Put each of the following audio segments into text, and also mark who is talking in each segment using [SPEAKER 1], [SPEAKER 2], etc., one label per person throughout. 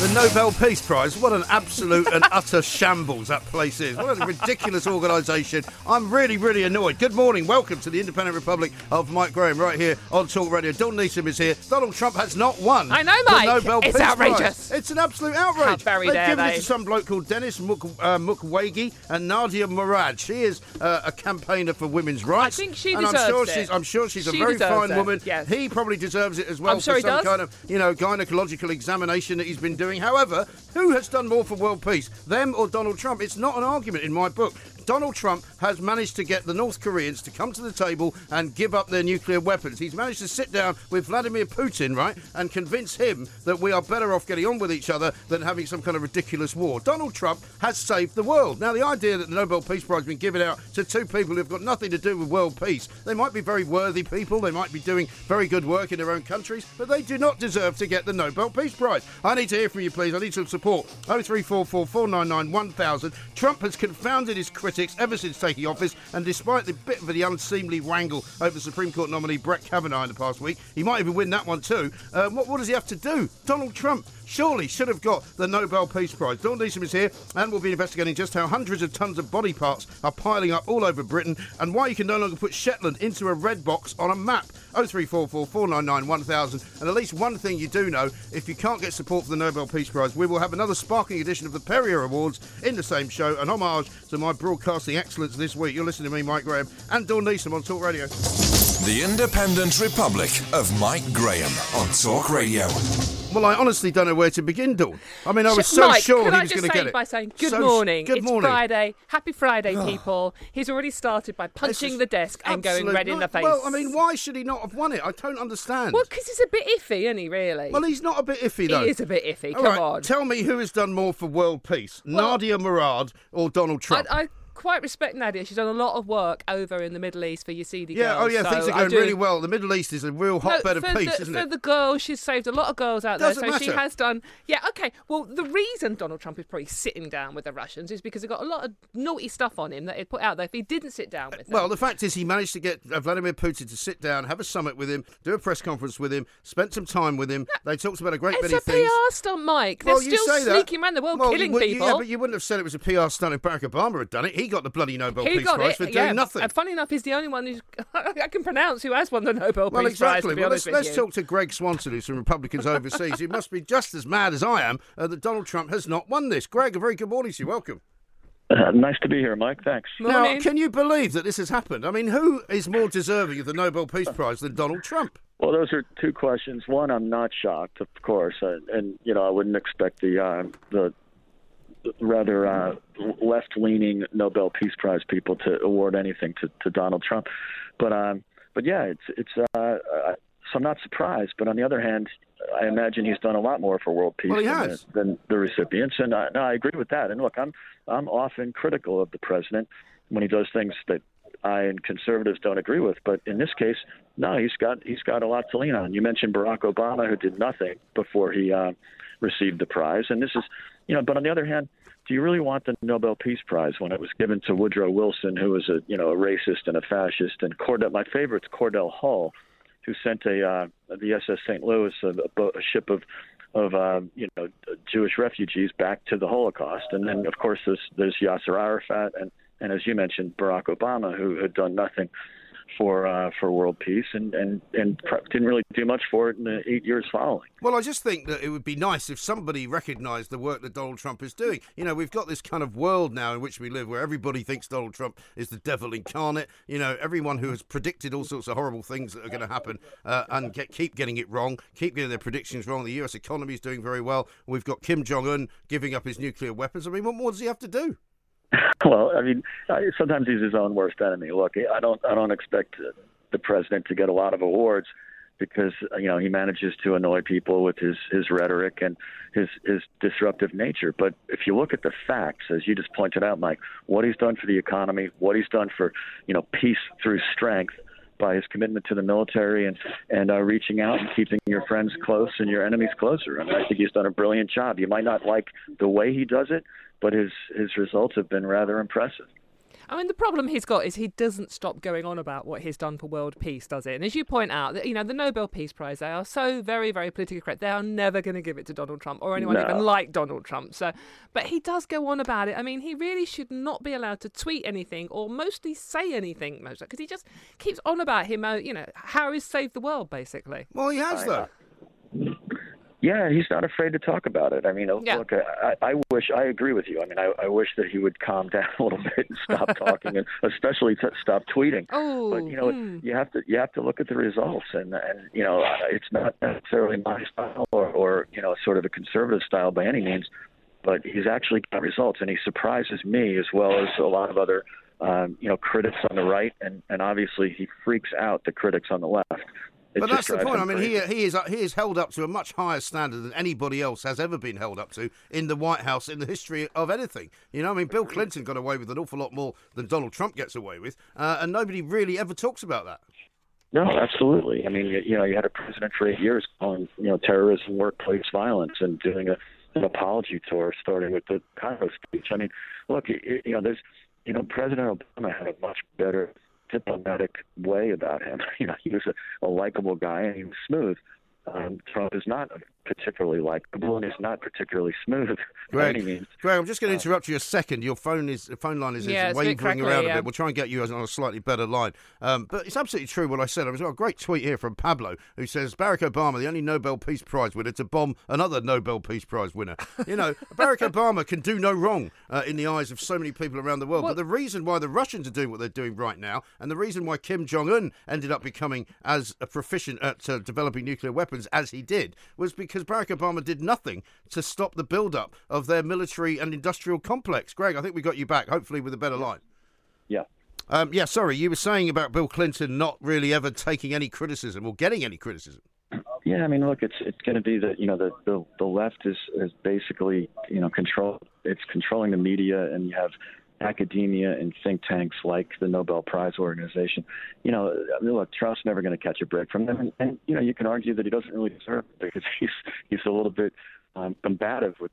[SPEAKER 1] The Nobel Peace Prize. What an absolute and utter shambles that place is. What a ridiculous organisation. I'm really, really annoyed. Good morning. Welcome to the Independent Republic of Mike Graham right here on Talk Radio. Don Neeson is here. Donald Trump has not won.
[SPEAKER 2] I know, Mike.
[SPEAKER 1] The Nobel
[SPEAKER 2] It's
[SPEAKER 1] Peace
[SPEAKER 2] outrageous.
[SPEAKER 1] Prize. It's an absolute outrage.
[SPEAKER 2] How very
[SPEAKER 1] They've
[SPEAKER 2] dare
[SPEAKER 1] given it
[SPEAKER 2] they.
[SPEAKER 1] to some bloke called Dennis Muk- uh, Mukwege and Nadia Murad. She is uh, a campaigner for women's rights.
[SPEAKER 2] think she
[SPEAKER 1] and I'm
[SPEAKER 2] deserves
[SPEAKER 1] sure
[SPEAKER 2] it.
[SPEAKER 1] She's, I'm sure she's a
[SPEAKER 2] She
[SPEAKER 1] very
[SPEAKER 2] deserves
[SPEAKER 1] fine
[SPEAKER 2] it,
[SPEAKER 1] woman.
[SPEAKER 2] yes.
[SPEAKER 1] He probably deserves it as well
[SPEAKER 2] I'm sure
[SPEAKER 1] for
[SPEAKER 2] he
[SPEAKER 1] some
[SPEAKER 2] does.
[SPEAKER 1] kind of you know, gynecological examination that he's been doing. However, who has done more for world peace, them or Donald Trump? It's not an argument in my book. Donald Trump has managed to get the North Koreans to come to the table and give up their nuclear weapons. He's managed to sit down with Vladimir Putin, right, and convince him that we are better off getting on with each other than having some kind of ridiculous war. Donald Trump has saved the world. Now, the idea that the Nobel Peace Prize has been given out to two people who've got nothing to do with world peace, they might be very worthy people, they might be doing very good work in their own countries, but they do not deserve to get the Nobel Peace Prize. I need to hear from you, please. I need some support. 0344 499 1000. Trump has confounded his critics ever since taking office, and despite the bit of the unseemly wrangle over Supreme Court nominee Brett Kavanaugh in the past week, he might even win that one too. Uh, what, what does he have to do? Donald Trump surely should have got the Nobel Peace Prize. Dawn Neeson is here, and we'll be investigating just how hundreds of tons of body parts are piling up all over Britain and why you can no longer put Shetland into a red box on a map. 0344 499 1000. And at least one thing you do know if you can't get support for the Nobel Peace Prize, we will have another sparking edition of the Perrier Awards in the same show, an homage to my broadcasting excellence this week. You're listening to me, Mike Graham, and Dawn Neeson on Talk Radio.
[SPEAKER 3] The Independent Republic of Mike Graham on Talk Radio.
[SPEAKER 1] Well, I honestly don't know where to begin, Dawn. I mean, I was
[SPEAKER 2] Sh-
[SPEAKER 1] so
[SPEAKER 2] Mike,
[SPEAKER 1] sure
[SPEAKER 2] could
[SPEAKER 1] he
[SPEAKER 2] I
[SPEAKER 1] was
[SPEAKER 2] just
[SPEAKER 1] going to
[SPEAKER 2] say
[SPEAKER 1] get it.
[SPEAKER 2] By saying good
[SPEAKER 1] So-
[SPEAKER 2] morning,
[SPEAKER 1] Good
[SPEAKER 2] it's
[SPEAKER 1] morning.
[SPEAKER 2] Friday, happy Friday, people. He's already started by
[SPEAKER 1] This
[SPEAKER 2] punching
[SPEAKER 1] is
[SPEAKER 2] the desk and going
[SPEAKER 1] absolute
[SPEAKER 2] red in the
[SPEAKER 1] nightmare.
[SPEAKER 2] face.
[SPEAKER 1] Well, I mean, why should he not have won it? I don't understand.
[SPEAKER 2] well, because he's a bit iffy, isn't he? Really?
[SPEAKER 1] Well, he's not a bit iffy
[SPEAKER 2] he
[SPEAKER 1] though.
[SPEAKER 2] is a bit iffy.
[SPEAKER 1] All
[SPEAKER 2] Come
[SPEAKER 1] right,
[SPEAKER 2] on.
[SPEAKER 1] Tell me who has done more for world peace, Nadia Murad or Donald
[SPEAKER 2] I,
[SPEAKER 1] Trump?
[SPEAKER 2] I quite respect Nadia. She's done a lot of work over in the Middle East for Yazidi
[SPEAKER 1] yeah,
[SPEAKER 2] girls.
[SPEAKER 1] oh yeah,
[SPEAKER 2] so
[SPEAKER 1] things are
[SPEAKER 2] I
[SPEAKER 1] going
[SPEAKER 2] do-
[SPEAKER 1] really well. The Middle East is a real
[SPEAKER 2] No,
[SPEAKER 1] hotbed of
[SPEAKER 2] for
[SPEAKER 1] peace,
[SPEAKER 2] the,
[SPEAKER 1] isn't
[SPEAKER 2] for
[SPEAKER 1] it?
[SPEAKER 2] the girls, she's saved a lot of girls out
[SPEAKER 1] Doesn't
[SPEAKER 2] there. So she
[SPEAKER 1] matter.
[SPEAKER 2] has done. Yeah, okay. Well, the reason Donald Trump is probably sitting down with the Russians is because they got a lot of naughty stuff on him that he'd put out there if he didn't sit down with them.
[SPEAKER 1] Well, the fact is, he managed to get uh, Vladimir Putin to sit down, have a summit with him, do a press conference with him, spent some time with him. They talked about a great
[SPEAKER 2] It's
[SPEAKER 1] many
[SPEAKER 2] a
[SPEAKER 1] things.
[SPEAKER 2] PR stunt, Mike. They're
[SPEAKER 1] Well, you
[SPEAKER 2] still
[SPEAKER 1] say that.
[SPEAKER 2] sneaking around the world
[SPEAKER 1] Well, you
[SPEAKER 2] killing
[SPEAKER 1] would- you-
[SPEAKER 2] people.
[SPEAKER 1] Yeah, but you wouldn't have said it was a PR stunt if Barack Obama had done it. He got the bloody Nobel
[SPEAKER 2] he
[SPEAKER 1] Peace
[SPEAKER 2] got
[SPEAKER 1] Prize
[SPEAKER 2] it.
[SPEAKER 1] for doing
[SPEAKER 2] yeah.
[SPEAKER 1] nothing.
[SPEAKER 2] And funny enough, he's the only one who's I can pronounce who has won the Nobel
[SPEAKER 1] Well,
[SPEAKER 2] Peace Prize.
[SPEAKER 1] exactly.
[SPEAKER 2] To be
[SPEAKER 1] Well,
[SPEAKER 2] honest
[SPEAKER 1] let's,
[SPEAKER 2] with
[SPEAKER 1] let's
[SPEAKER 2] you.
[SPEAKER 1] talk to Greg Swanson, who's from Republicans overseas, who must be just as mad as I am uh, that Donald Trump has not won this. Greg, a very good morning to you. Welcome.
[SPEAKER 4] Uh, nice to be here, Mike. Thanks.
[SPEAKER 2] Morning.
[SPEAKER 1] Now, can you believe that this has happened? I mean, who is more deserving of the Nobel Peace Prize than Donald Trump?
[SPEAKER 4] Well, those are two questions. One, I'm not shocked, of course, and, and you know I wouldn't expect the uh, the rather uh, left-leaning Nobel Peace Prize people to award anything to, to Donald Trump. But um, but yeah, it's it's uh, uh, so I'm not surprised. But on the other hand, I imagine he's done a lot more for world peace
[SPEAKER 1] Well, he
[SPEAKER 4] than,
[SPEAKER 1] has.
[SPEAKER 4] The, than the recipients, and I, no, I agree with that. And look, I'm I'm often critical of the president when he does things that I and conservatives don't agree with. But in this case, no, he's got he's got a lot to lean on. You mentioned Barack Obama, who did nothing before he uh, received the prize, and this is, you know. But on the other hand, do you really want the Nobel Peace Prize when it was given to Woodrow Wilson, who was a you know a racist and a fascist, and Cordell? My favorite's Cordell Hull, who sent a uh, the SS St. Louis a, a bo- a ship of of um, you know Jewish refugees back to the Holocaust, and then of course there's there's Yasser Arafat and and as you mentioned Barack Obama who had done nothing for uh, for world peace and and and didn't really do much for it in the eight years following.
[SPEAKER 1] Well, I just think that it would be nice if somebody recognised the work that Donald Trump is doing. You know, we've got this kind of world now in which we live where everybody thinks Donald Trump is the devil incarnate. You know, everyone who has predicted all sorts of horrible things that are going to happen uh, and get, keep getting it wrong, keep getting their predictions wrong. The U.S. economy is doing very well. We've got Kim Jong Un giving up his nuclear weapons. I mean, what more does he have to do?
[SPEAKER 4] well, I mean, sometimes he's his own worst enemy. Look, I don't, I don't expect the president to get a lot of awards because you know he manages to annoy people with his his rhetoric and his his disruptive nature. But if you look at the facts, as you just pointed out, Mike, what he's done for the economy, what he's done for you know peace through strength. By his commitment to the military and and uh, reaching out and keeping your friends close and your enemies closer, I, mean, I think he's done a brilliant job. You might not like the way he does it, but his his results have been rather impressive.
[SPEAKER 2] I mean, the problem he's got is he doesn't stop going on about what he's done for world peace, does it? And as you point out, you know, the Nobel Peace Prize, they are so very, very politically correct. They are never going to give it to Donald Trump or anyone
[SPEAKER 4] No.
[SPEAKER 2] even like Donald Trump. So, but he does go on about it. I mean, he really should not be allowed to tweet anything or mostly say anything, mostly, because he just keeps on about him, uh, you know, how he's saved the world, basically.
[SPEAKER 1] Well, he has, though.
[SPEAKER 4] Yeah, he's not afraid to talk about it. I mean, uh,
[SPEAKER 2] Yeah.
[SPEAKER 4] look, I, I wish I agree with you. I mean, I, I wish that he would calm down a little bit and stop talking, and especially t- stop tweeting.
[SPEAKER 2] Oh,
[SPEAKER 4] but you know,
[SPEAKER 2] hmm.
[SPEAKER 4] you have to you have to look at the results, and and you know, it's not necessarily my style or or you know, sort of a conservative style by any means, but he's actually got results, and he surprises me as well as a lot of other. Um, you know, critics on the right, and, and obviously he freaks out the critics on the left. It
[SPEAKER 1] But
[SPEAKER 4] just
[SPEAKER 1] that's the
[SPEAKER 4] drives
[SPEAKER 1] point. I
[SPEAKER 4] him
[SPEAKER 1] mean,
[SPEAKER 4] crazy.
[SPEAKER 1] he, he is uh, he is held up to a much higher standard than anybody else has ever been held up to in the White House in the history of anything. You know, I mean, Bill Clinton got away with an awful lot more than Donald Trump gets away with, uh, and nobody really ever talks about that.
[SPEAKER 4] No, absolutely. I mean, you, you know, you had a president for eight years calling, you know, terrorism, workplace violence, and doing a, an apology tour, starting with the Cairo speech. I mean, look, you, you know, there's, you know, President Obama had a much better diplomatic way about him. You know, he was a, a likable guy and he was smooth. Um, Trump is not particularly likable and is not particularly smooth by any means.
[SPEAKER 1] Greg, Greg, I'm just
[SPEAKER 4] Uh,
[SPEAKER 1] going to interrupt you a second. Your phone is the phone line is, is
[SPEAKER 2] Yeah, it's a
[SPEAKER 1] wavering
[SPEAKER 2] bit crackly,
[SPEAKER 1] around a
[SPEAKER 2] yeah.
[SPEAKER 1] bit. We'll try and get you on a slightly better line. Um, but it's absolutely true what I said. I've got a great tweet here from Pablo who says Barack Obama, the only Nobel Peace Prize winner to bomb another Nobel Peace Prize winner. You know, Barack Obama can do no wrong uh, in the eyes of so many people around the world. but the reason why the Russians are doing what they're doing right now, and the reason why Kim Jong Un ended up becoming as a proficient at uh, developing nuclear weapons as he did, was because Barack Obama did nothing to stop the build-up of their military and industrial complex. Greg, I think we got you back, hopefully with a better line.
[SPEAKER 4] Yeah.
[SPEAKER 1] Um, yeah, sorry, you were saying about Bill Clinton not really ever taking any criticism or getting any criticism.
[SPEAKER 4] Yeah, I mean, look, it's it's going to be that you know the, the the left is is basically you know control it's controlling the media, and you have academia and think tanks like the Nobel Prize organization. You know, I mean, look, Trump's never going to catch a break from them, and, and you know you can argue that he doesn't really deserve it because he's he's a little bit um, combative with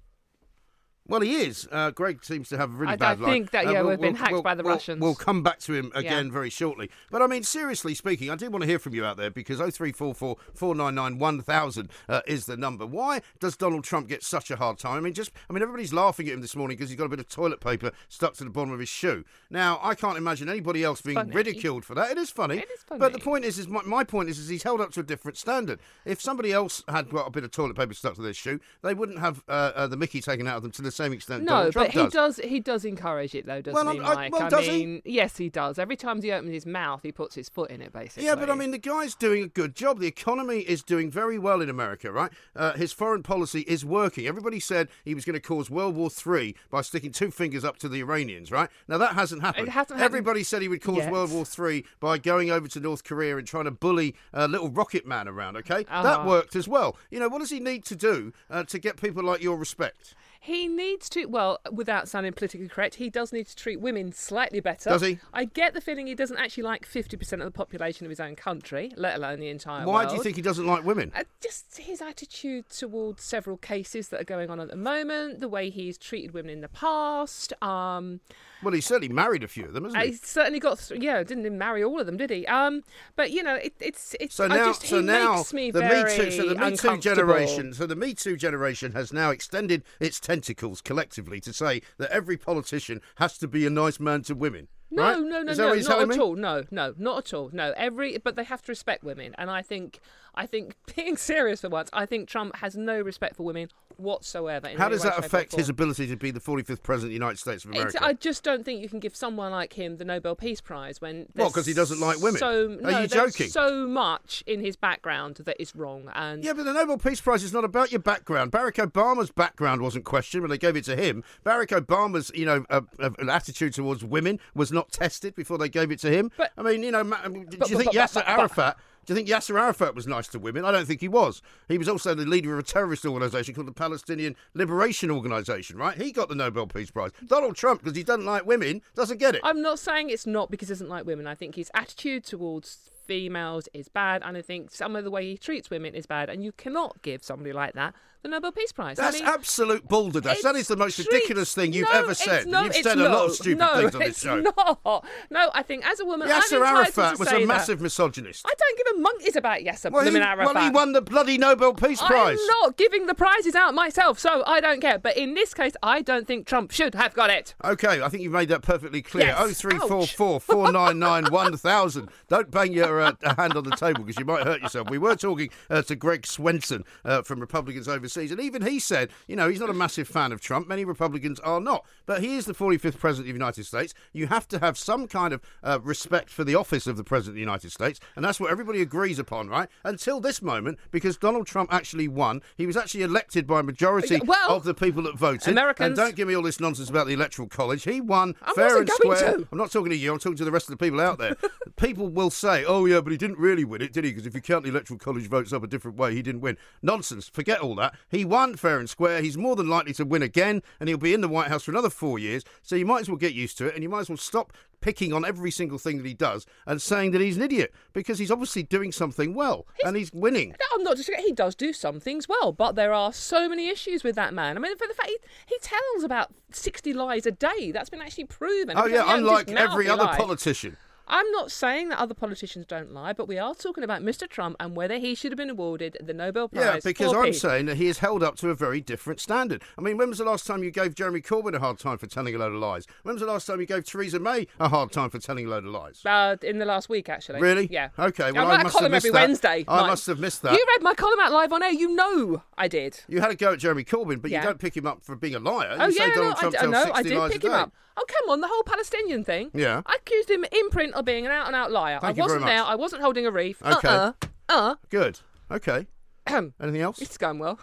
[SPEAKER 1] Well, he is. Uh, Greg seems to have a really
[SPEAKER 2] I- I
[SPEAKER 1] bad line. Uh,
[SPEAKER 2] think that, yeah, we've been hacked by the
[SPEAKER 1] we'll-
[SPEAKER 2] Russians.
[SPEAKER 1] We'll come back to him again
[SPEAKER 2] Yeah.
[SPEAKER 1] very shortly. But I mean, seriously speaking, I do want to hear from you out there because 0344 499 1000 uh, is the number. Why does Donald Trump get such a hard time? I mean, just I mean, everybody's laughing at him this morning because he's got a bit of toilet paper stuck to the bottom of his shoe. Now, I can't imagine anybody else being
[SPEAKER 2] Funny.
[SPEAKER 1] ridiculed for that. It is funny.
[SPEAKER 2] It is
[SPEAKER 1] But the
[SPEAKER 2] funny.
[SPEAKER 1] point point is, is my, my point is, is he's held up to a different standard. If somebody else had got a bit of toilet paper stuck to their shoe, they wouldn't have uh, uh, the Mickey taken out of them to the same extent.
[SPEAKER 2] No,
[SPEAKER 1] Donald Trump
[SPEAKER 2] but he does. He does encourage it, though, doesn't
[SPEAKER 1] Well,
[SPEAKER 2] he,
[SPEAKER 1] I- I-
[SPEAKER 2] Mike?
[SPEAKER 1] well,
[SPEAKER 2] I
[SPEAKER 1] does he?
[SPEAKER 2] mean, yes, he does. Every time he opens his mouth, he puts his foot in it, basically.
[SPEAKER 1] Yeah, but I mean, the guy's doing a good job. The economy is doing very well in America, right? Uh, his foreign policy is working. Everybody said he was going to cause World War Three by sticking two fingers up to the Iranians, right? Now that hasn't happened.
[SPEAKER 2] It hasn't happened
[SPEAKER 1] Everybody said he would cause
[SPEAKER 2] yet.
[SPEAKER 1] World War Three by going over to North Korea and trying to bully uh, little rocket man around. Okay, that
[SPEAKER 2] Uh-huh.
[SPEAKER 1] worked as well. You know, what does he need to do uh, to get people like your respect?
[SPEAKER 2] He needs to, well, without sounding politically correct, he does need to treat women slightly better.
[SPEAKER 1] Does he?
[SPEAKER 2] I get the feeling he doesn't actually like 50% of the population of his own country, let alone the entire
[SPEAKER 1] Why
[SPEAKER 2] world.
[SPEAKER 1] do you think he doesn't like women?
[SPEAKER 2] Uh, just his attitude towards several cases that are going on at the moment, the way he's treated women in the past. Um,
[SPEAKER 1] Well, he certainly married a few of them, hasn't
[SPEAKER 2] I
[SPEAKER 1] he?
[SPEAKER 2] certainly got, th- yeah, didn't he marry all of them, did he? Um, but you know, it, it's it's.
[SPEAKER 1] So
[SPEAKER 2] I
[SPEAKER 1] now,
[SPEAKER 2] just,
[SPEAKER 1] so
[SPEAKER 2] he
[SPEAKER 1] now,
[SPEAKER 2] makes me
[SPEAKER 1] the
[SPEAKER 2] very
[SPEAKER 1] Me Too, so the Me Too
[SPEAKER 2] uncomfortable.
[SPEAKER 1] generation, so the Me Too generation has now extended its tentacles collectively to say that every politician has to be a nice man to women.
[SPEAKER 2] No,
[SPEAKER 1] right?
[SPEAKER 2] no, no,
[SPEAKER 1] Is that
[SPEAKER 2] no,
[SPEAKER 1] what you're
[SPEAKER 2] not at
[SPEAKER 1] telling me?
[SPEAKER 2] all. No, no, not at all. No, every but they have to respect women, and I think, I think, being serious for once, I think Trump has no respect for women whatsoever. in
[SPEAKER 1] How
[SPEAKER 2] any
[SPEAKER 1] does
[SPEAKER 2] way,
[SPEAKER 1] that
[SPEAKER 2] shape, or
[SPEAKER 1] affect his
[SPEAKER 2] form.
[SPEAKER 1] ability to be the 45th president of the United States of
[SPEAKER 2] It's,
[SPEAKER 1] America?
[SPEAKER 2] I just don't think you can give someone like him the Nobel Peace Prize when
[SPEAKER 1] Well,
[SPEAKER 2] there's
[SPEAKER 1] 'cause he doesn't like women.
[SPEAKER 2] So,
[SPEAKER 1] Are
[SPEAKER 2] no,
[SPEAKER 1] you
[SPEAKER 2] there's
[SPEAKER 1] joking?
[SPEAKER 2] So much in his background that is wrong, and
[SPEAKER 1] Yeah, but the Nobel Peace Prize is not about your background. Barack Obama's background wasn't questioned when they gave it to him. Barack Obama's, you know, uh, uh, attitude towards women was not tested before they gave it to him.
[SPEAKER 2] But-
[SPEAKER 1] I mean, you know, ma- um, do
[SPEAKER 2] but-
[SPEAKER 1] you think
[SPEAKER 2] but-
[SPEAKER 1] Yasser
[SPEAKER 2] but- but-
[SPEAKER 1] Arafat? Do you think Yasser Arafat was nice to women? I don't think he was. He was also the leader of a terrorist organisation called the Palestinian Liberation Organisation, right? He got the Nobel Peace Prize. Donald Trump, because he doesn't like women, doesn't get it.
[SPEAKER 2] I'm not saying it's not because he doesn't like women. I think his attitude towards females is bad, and I think some of the way he treats women is bad. And you cannot give somebody like that the Nobel Peace Prize.
[SPEAKER 1] That's
[SPEAKER 2] I mean,
[SPEAKER 1] absolute balderdash. That
[SPEAKER 2] it's
[SPEAKER 1] is the most
[SPEAKER 2] treat-
[SPEAKER 1] ridiculous thing you've
[SPEAKER 2] No,
[SPEAKER 1] ever
[SPEAKER 2] it's
[SPEAKER 1] said.
[SPEAKER 2] not-
[SPEAKER 1] you've
[SPEAKER 2] it's
[SPEAKER 1] said a lot
[SPEAKER 2] not.
[SPEAKER 1] of stupid
[SPEAKER 2] no,
[SPEAKER 1] things on this
[SPEAKER 2] it's
[SPEAKER 1] show.
[SPEAKER 2] Not. No, I think as a woman, I'm
[SPEAKER 1] Yasser
[SPEAKER 2] entitled
[SPEAKER 1] Arafat
[SPEAKER 2] to
[SPEAKER 1] was
[SPEAKER 2] say
[SPEAKER 1] a
[SPEAKER 2] that.
[SPEAKER 1] massive misogynist.
[SPEAKER 2] I don't give a monkeys about Yasser
[SPEAKER 1] Well he,
[SPEAKER 2] blooming Arafat.
[SPEAKER 1] well, he won the bloody Nobel Peace Prize.
[SPEAKER 2] I'm not giving the prizes out myself, so I don't care. But in this case, I don't think Trump should have got it.
[SPEAKER 1] Okay, I think you've made that perfectly clear. Oh
[SPEAKER 2] Yes.
[SPEAKER 1] three four four four nine nine one thousand. Don't bang your uh, hand on the table because you might hurt yourself. We were talking uh, to Greg Swenson uh, from Republicans Overseas, and even he said, you know, he's not a massive fan of Trump. Many Republicans are not. But he is the 45th President of the United States. You have to have some kind of uh, respect for the office of the President of the United States, and that's what everybody agrees upon, right? Until this moment, because Donald Trump actually won. He was actually elected by a majority
[SPEAKER 2] Yeah, well,
[SPEAKER 1] of the people that voted. And
[SPEAKER 2] Americans-
[SPEAKER 1] don't give me all this nonsense about the electoral college. He won
[SPEAKER 2] I
[SPEAKER 1] fair and
[SPEAKER 2] wasn't going
[SPEAKER 1] square.
[SPEAKER 2] to.
[SPEAKER 1] I'm not talking to you. I'm talking to the rest of the people out there. people will say, "Oh yeah, but he didn't really win it, did he? Because if you count the electoral college votes up a different way, he didn't win." Nonsense. Forget all that. He won fair and square. He's more than likely to win again, and he'll be in the White House for another four years. So you might as well get used to it, and you might as well stop picking on every single thing that he does and saying that he's an idiot because he's obviously doing something well and he's winning.
[SPEAKER 2] No, I'm not disagreeing. He does do some things well, but there are so many issues with that man. I mean, for the fact he, he tells about 60 lies a day, that's been actually proven.
[SPEAKER 1] Oh
[SPEAKER 2] He
[SPEAKER 1] yeah,
[SPEAKER 2] doesn't
[SPEAKER 1] unlike
[SPEAKER 2] just mouth
[SPEAKER 1] every
[SPEAKER 2] he
[SPEAKER 1] other
[SPEAKER 2] lies.
[SPEAKER 1] politician.
[SPEAKER 2] I'm not saying that other politicians don't lie, but we are talking about Mr. Trump and whether he should have been awarded the Nobel Prize.
[SPEAKER 1] Yeah, because
[SPEAKER 2] for
[SPEAKER 1] I'm
[SPEAKER 2] peace.
[SPEAKER 1] saying that he is held up to a very different standard. I mean, when was the last time you gave Jeremy Corbyn a hard time for telling a load of lies? When was the last time you gave Theresa May a hard time for telling a load of lies?
[SPEAKER 2] Uh, in the last week, actually.
[SPEAKER 1] Really?
[SPEAKER 2] Yeah.
[SPEAKER 1] Okay,
[SPEAKER 2] I
[SPEAKER 1] well, I
[SPEAKER 2] write a
[SPEAKER 1] must have
[SPEAKER 2] column
[SPEAKER 1] missed
[SPEAKER 2] every
[SPEAKER 1] that.
[SPEAKER 2] Wednesday.
[SPEAKER 1] I
[SPEAKER 2] Mike.
[SPEAKER 1] must have missed that.
[SPEAKER 2] You read my column out live on air. You know I did.
[SPEAKER 1] You had a go at Jeremy Corbyn, but
[SPEAKER 2] Yeah.
[SPEAKER 1] you don't pick him up for being a liar.
[SPEAKER 2] oh
[SPEAKER 1] you say
[SPEAKER 2] yeah,
[SPEAKER 1] Donald
[SPEAKER 2] no,
[SPEAKER 1] Trump
[SPEAKER 2] I, d-
[SPEAKER 1] tells
[SPEAKER 2] no,
[SPEAKER 1] 60
[SPEAKER 2] I did
[SPEAKER 1] lies
[SPEAKER 2] pick
[SPEAKER 1] a
[SPEAKER 2] him
[SPEAKER 1] day.
[SPEAKER 2] up. Oh come on, the whole Palestinian thing.
[SPEAKER 1] Yeah.
[SPEAKER 2] I accused him in print of being an out and out liar.
[SPEAKER 1] Thank
[SPEAKER 2] I
[SPEAKER 1] you very
[SPEAKER 2] wasn't there.
[SPEAKER 1] much.
[SPEAKER 2] I wasn't holding a reef.
[SPEAKER 1] Okay.
[SPEAKER 2] Uh. Uh.
[SPEAKER 1] Good. Okay.
[SPEAKER 2] Ahem.
[SPEAKER 1] Anything else?
[SPEAKER 2] It's going well.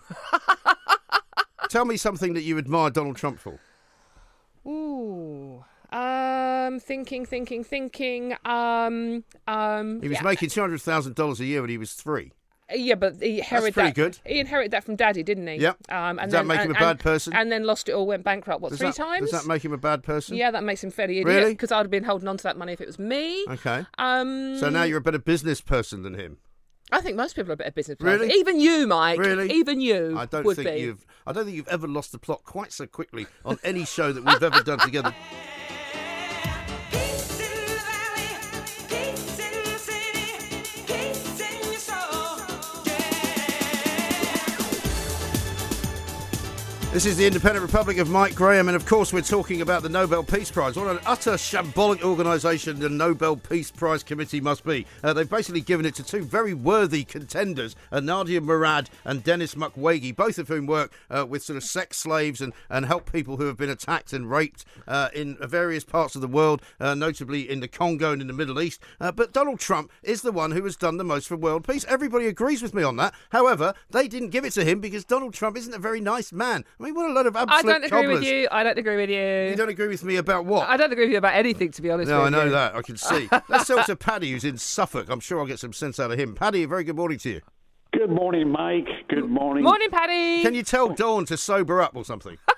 [SPEAKER 1] Tell me something that you admire Donald Trump for.
[SPEAKER 2] Ooh. Um. Thinking. Thinking. Thinking. Um. Um.
[SPEAKER 1] He was
[SPEAKER 2] yeah.
[SPEAKER 1] making two hundred thousand dollars a year when he was three.
[SPEAKER 2] Yeah, but he inherited
[SPEAKER 1] pretty
[SPEAKER 2] that.
[SPEAKER 1] good.
[SPEAKER 2] He inherited that from daddy, didn't he?
[SPEAKER 1] Yep.
[SPEAKER 2] Um, and
[SPEAKER 1] Does that
[SPEAKER 2] then,
[SPEAKER 1] make him
[SPEAKER 2] and-
[SPEAKER 1] a bad
[SPEAKER 2] and-
[SPEAKER 1] person?
[SPEAKER 2] And then lost it all, went bankrupt. What
[SPEAKER 1] Does
[SPEAKER 2] three
[SPEAKER 1] that,
[SPEAKER 2] times?
[SPEAKER 1] Does that make him a bad person?
[SPEAKER 2] Yeah, that makes him fairly idiot.
[SPEAKER 1] Really?
[SPEAKER 2] Because I'd have been holding on to that money if it was me.
[SPEAKER 1] Okay.
[SPEAKER 2] Um,
[SPEAKER 1] So now you're a better business person than him.
[SPEAKER 2] I think most people are a bit of business.
[SPEAKER 1] Really?
[SPEAKER 2] Really? Even you, Mike.
[SPEAKER 1] Really?
[SPEAKER 2] Even you.
[SPEAKER 1] I don't
[SPEAKER 2] would
[SPEAKER 1] think
[SPEAKER 2] be.
[SPEAKER 1] you've. I don't think you've ever lost the plot quite so quickly on any show that we've ever done together.
[SPEAKER 5] Peace in the valley, peace in the city, peace in your soul. Yeah.
[SPEAKER 1] This is the Independent Republic of Mike Graham, and of course, we're talking about the Nobel Peace Prize. What an utter shambolic organisation the Nobel Peace Prize Committee must be. Uh, they've basically given it to two very worthy contenders, uh, Nadia Murad and Dennis Mukwege, both of whom work uh, with sort of sex slaves and, and help people who have been attacked and raped uh, in various parts of the world, uh, notably in the Congo and in the Middle East. Uh, but Donald Trump is the one who has done the most for world peace. Everybody agrees with me on that. However, they didn't give it to him because Donald Trump isn't a very nice man. I mean, what a lot of
[SPEAKER 2] I
[SPEAKER 1] absolute
[SPEAKER 2] don't agree
[SPEAKER 1] cobblers.
[SPEAKER 2] with you. I don't agree with you.
[SPEAKER 1] You don't agree with me about what?
[SPEAKER 2] I don't agree with you about anything, to be honest
[SPEAKER 1] no,
[SPEAKER 2] with
[SPEAKER 1] I know
[SPEAKER 2] you.
[SPEAKER 1] that. I can see. Let's talk to Paddy, who's in Suffolk. I'm sure I'll get some sense out of him. Paddy, a very good morning to you.
[SPEAKER 6] Good morning, Mike. Good morning.
[SPEAKER 2] Morning, Paddy.
[SPEAKER 1] Can you tell Dawn to sober up or something?
[SPEAKER 6] I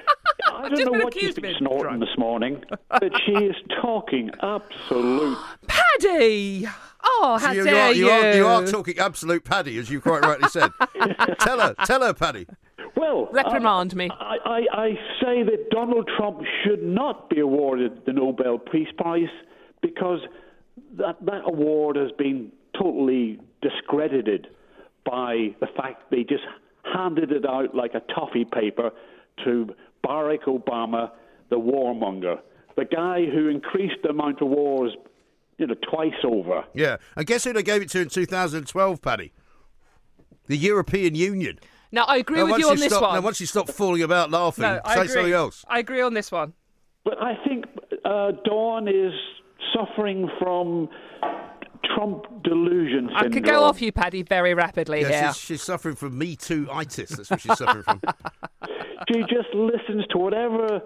[SPEAKER 2] I've
[SPEAKER 6] don't
[SPEAKER 2] just
[SPEAKER 6] know
[SPEAKER 2] been
[SPEAKER 6] what you've
[SPEAKER 2] accused of
[SPEAKER 6] been
[SPEAKER 2] being
[SPEAKER 6] snorting
[SPEAKER 2] drunk.
[SPEAKER 6] this morning, but she is talking absolute.
[SPEAKER 2] Paddy! Oh, how
[SPEAKER 1] So you, you,
[SPEAKER 2] dare
[SPEAKER 1] are,
[SPEAKER 2] you!
[SPEAKER 1] you, are, you are talking absolute paddy, as you quite rightly said. tell her, tell her, Paddy.
[SPEAKER 6] Well,
[SPEAKER 2] Reprimand
[SPEAKER 6] I,
[SPEAKER 2] me.
[SPEAKER 6] I, I, I say that Donald Trump should not be awarded the Nobel Peace Prize because that, that award has been totally discredited by the fact they just handed it out like a toffee paper to Barack Obama, the warmonger, the guy who increased the amount of wars, you know, twice over.
[SPEAKER 1] Yeah, and guess who they gave it to in 2012, Paddy? The European Union.
[SPEAKER 2] now, I agree
[SPEAKER 1] Now,
[SPEAKER 2] with
[SPEAKER 1] once
[SPEAKER 2] you on this
[SPEAKER 1] stop,
[SPEAKER 2] one.
[SPEAKER 1] Now, once you stop fooling about laughing,
[SPEAKER 2] no, I
[SPEAKER 1] say
[SPEAKER 2] agree.
[SPEAKER 1] something else.
[SPEAKER 2] I agree on this one.
[SPEAKER 6] But I think uh, Dawn is suffering from Trump delusion
[SPEAKER 2] I
[SPEAKER 6] syndrome.
[SPEAKER 2] could go off you, Paddy, very rapidly
[SPEAKER 1] Yeah,
[SPEAKER 2] here.
[SPEAKER 1] She's, she's suffering from Me Too itis. That's what she's suffering from.
[SPEAKER 6] She just listens to whatever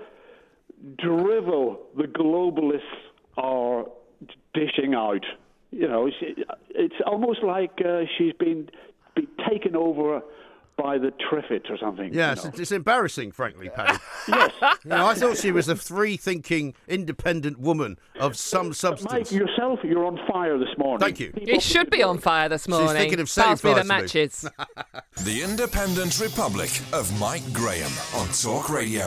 [SPEAKER 6] drivel the globalists are dishing out. You know, she, it's almost like uh, she's been, been taken over by the Triffids or something.
[SPEAKER 1] Yeah,
[SPEAKER 6] you
[SPEAKER 1] it's,
[SPEAKER 6] know.
[SPEAKER 1] it's embarrassing, frankly, Paddy.
[SPEAKER 6] yes.
[SPEAKER 1] You know, I thought she was a free thinking, independent woman of some
[SPEAKER 6] Mike,
[SPEAKER 1] substance.
[SPEAKER 6] yourself, you're on fire this morning.
[SPEAKER 1] Thank you.
[SPEAKER 6] Keep
[SPEAKER 2] It
[SPEAKER 6] up the
[SPEAKER 2] should
[SPEAKER 6] good
[SPEAKER 2] be on
[SPEAKER 6] work.
[SPEAKER 2] fire this
[SPEAKER 1] She's
[SPEAKER 2] morning.
[SPEAKER 1] thinking of setting
[SPEAKER 2] Pass me
[SPEAKER 1] fire
[SPEAKER 2] the
[SPEAKER 1] to me.
[SPEAKER 2] matches.
[SPEAKER 3] The Independent Republic of Mike Graham on Talk Radio.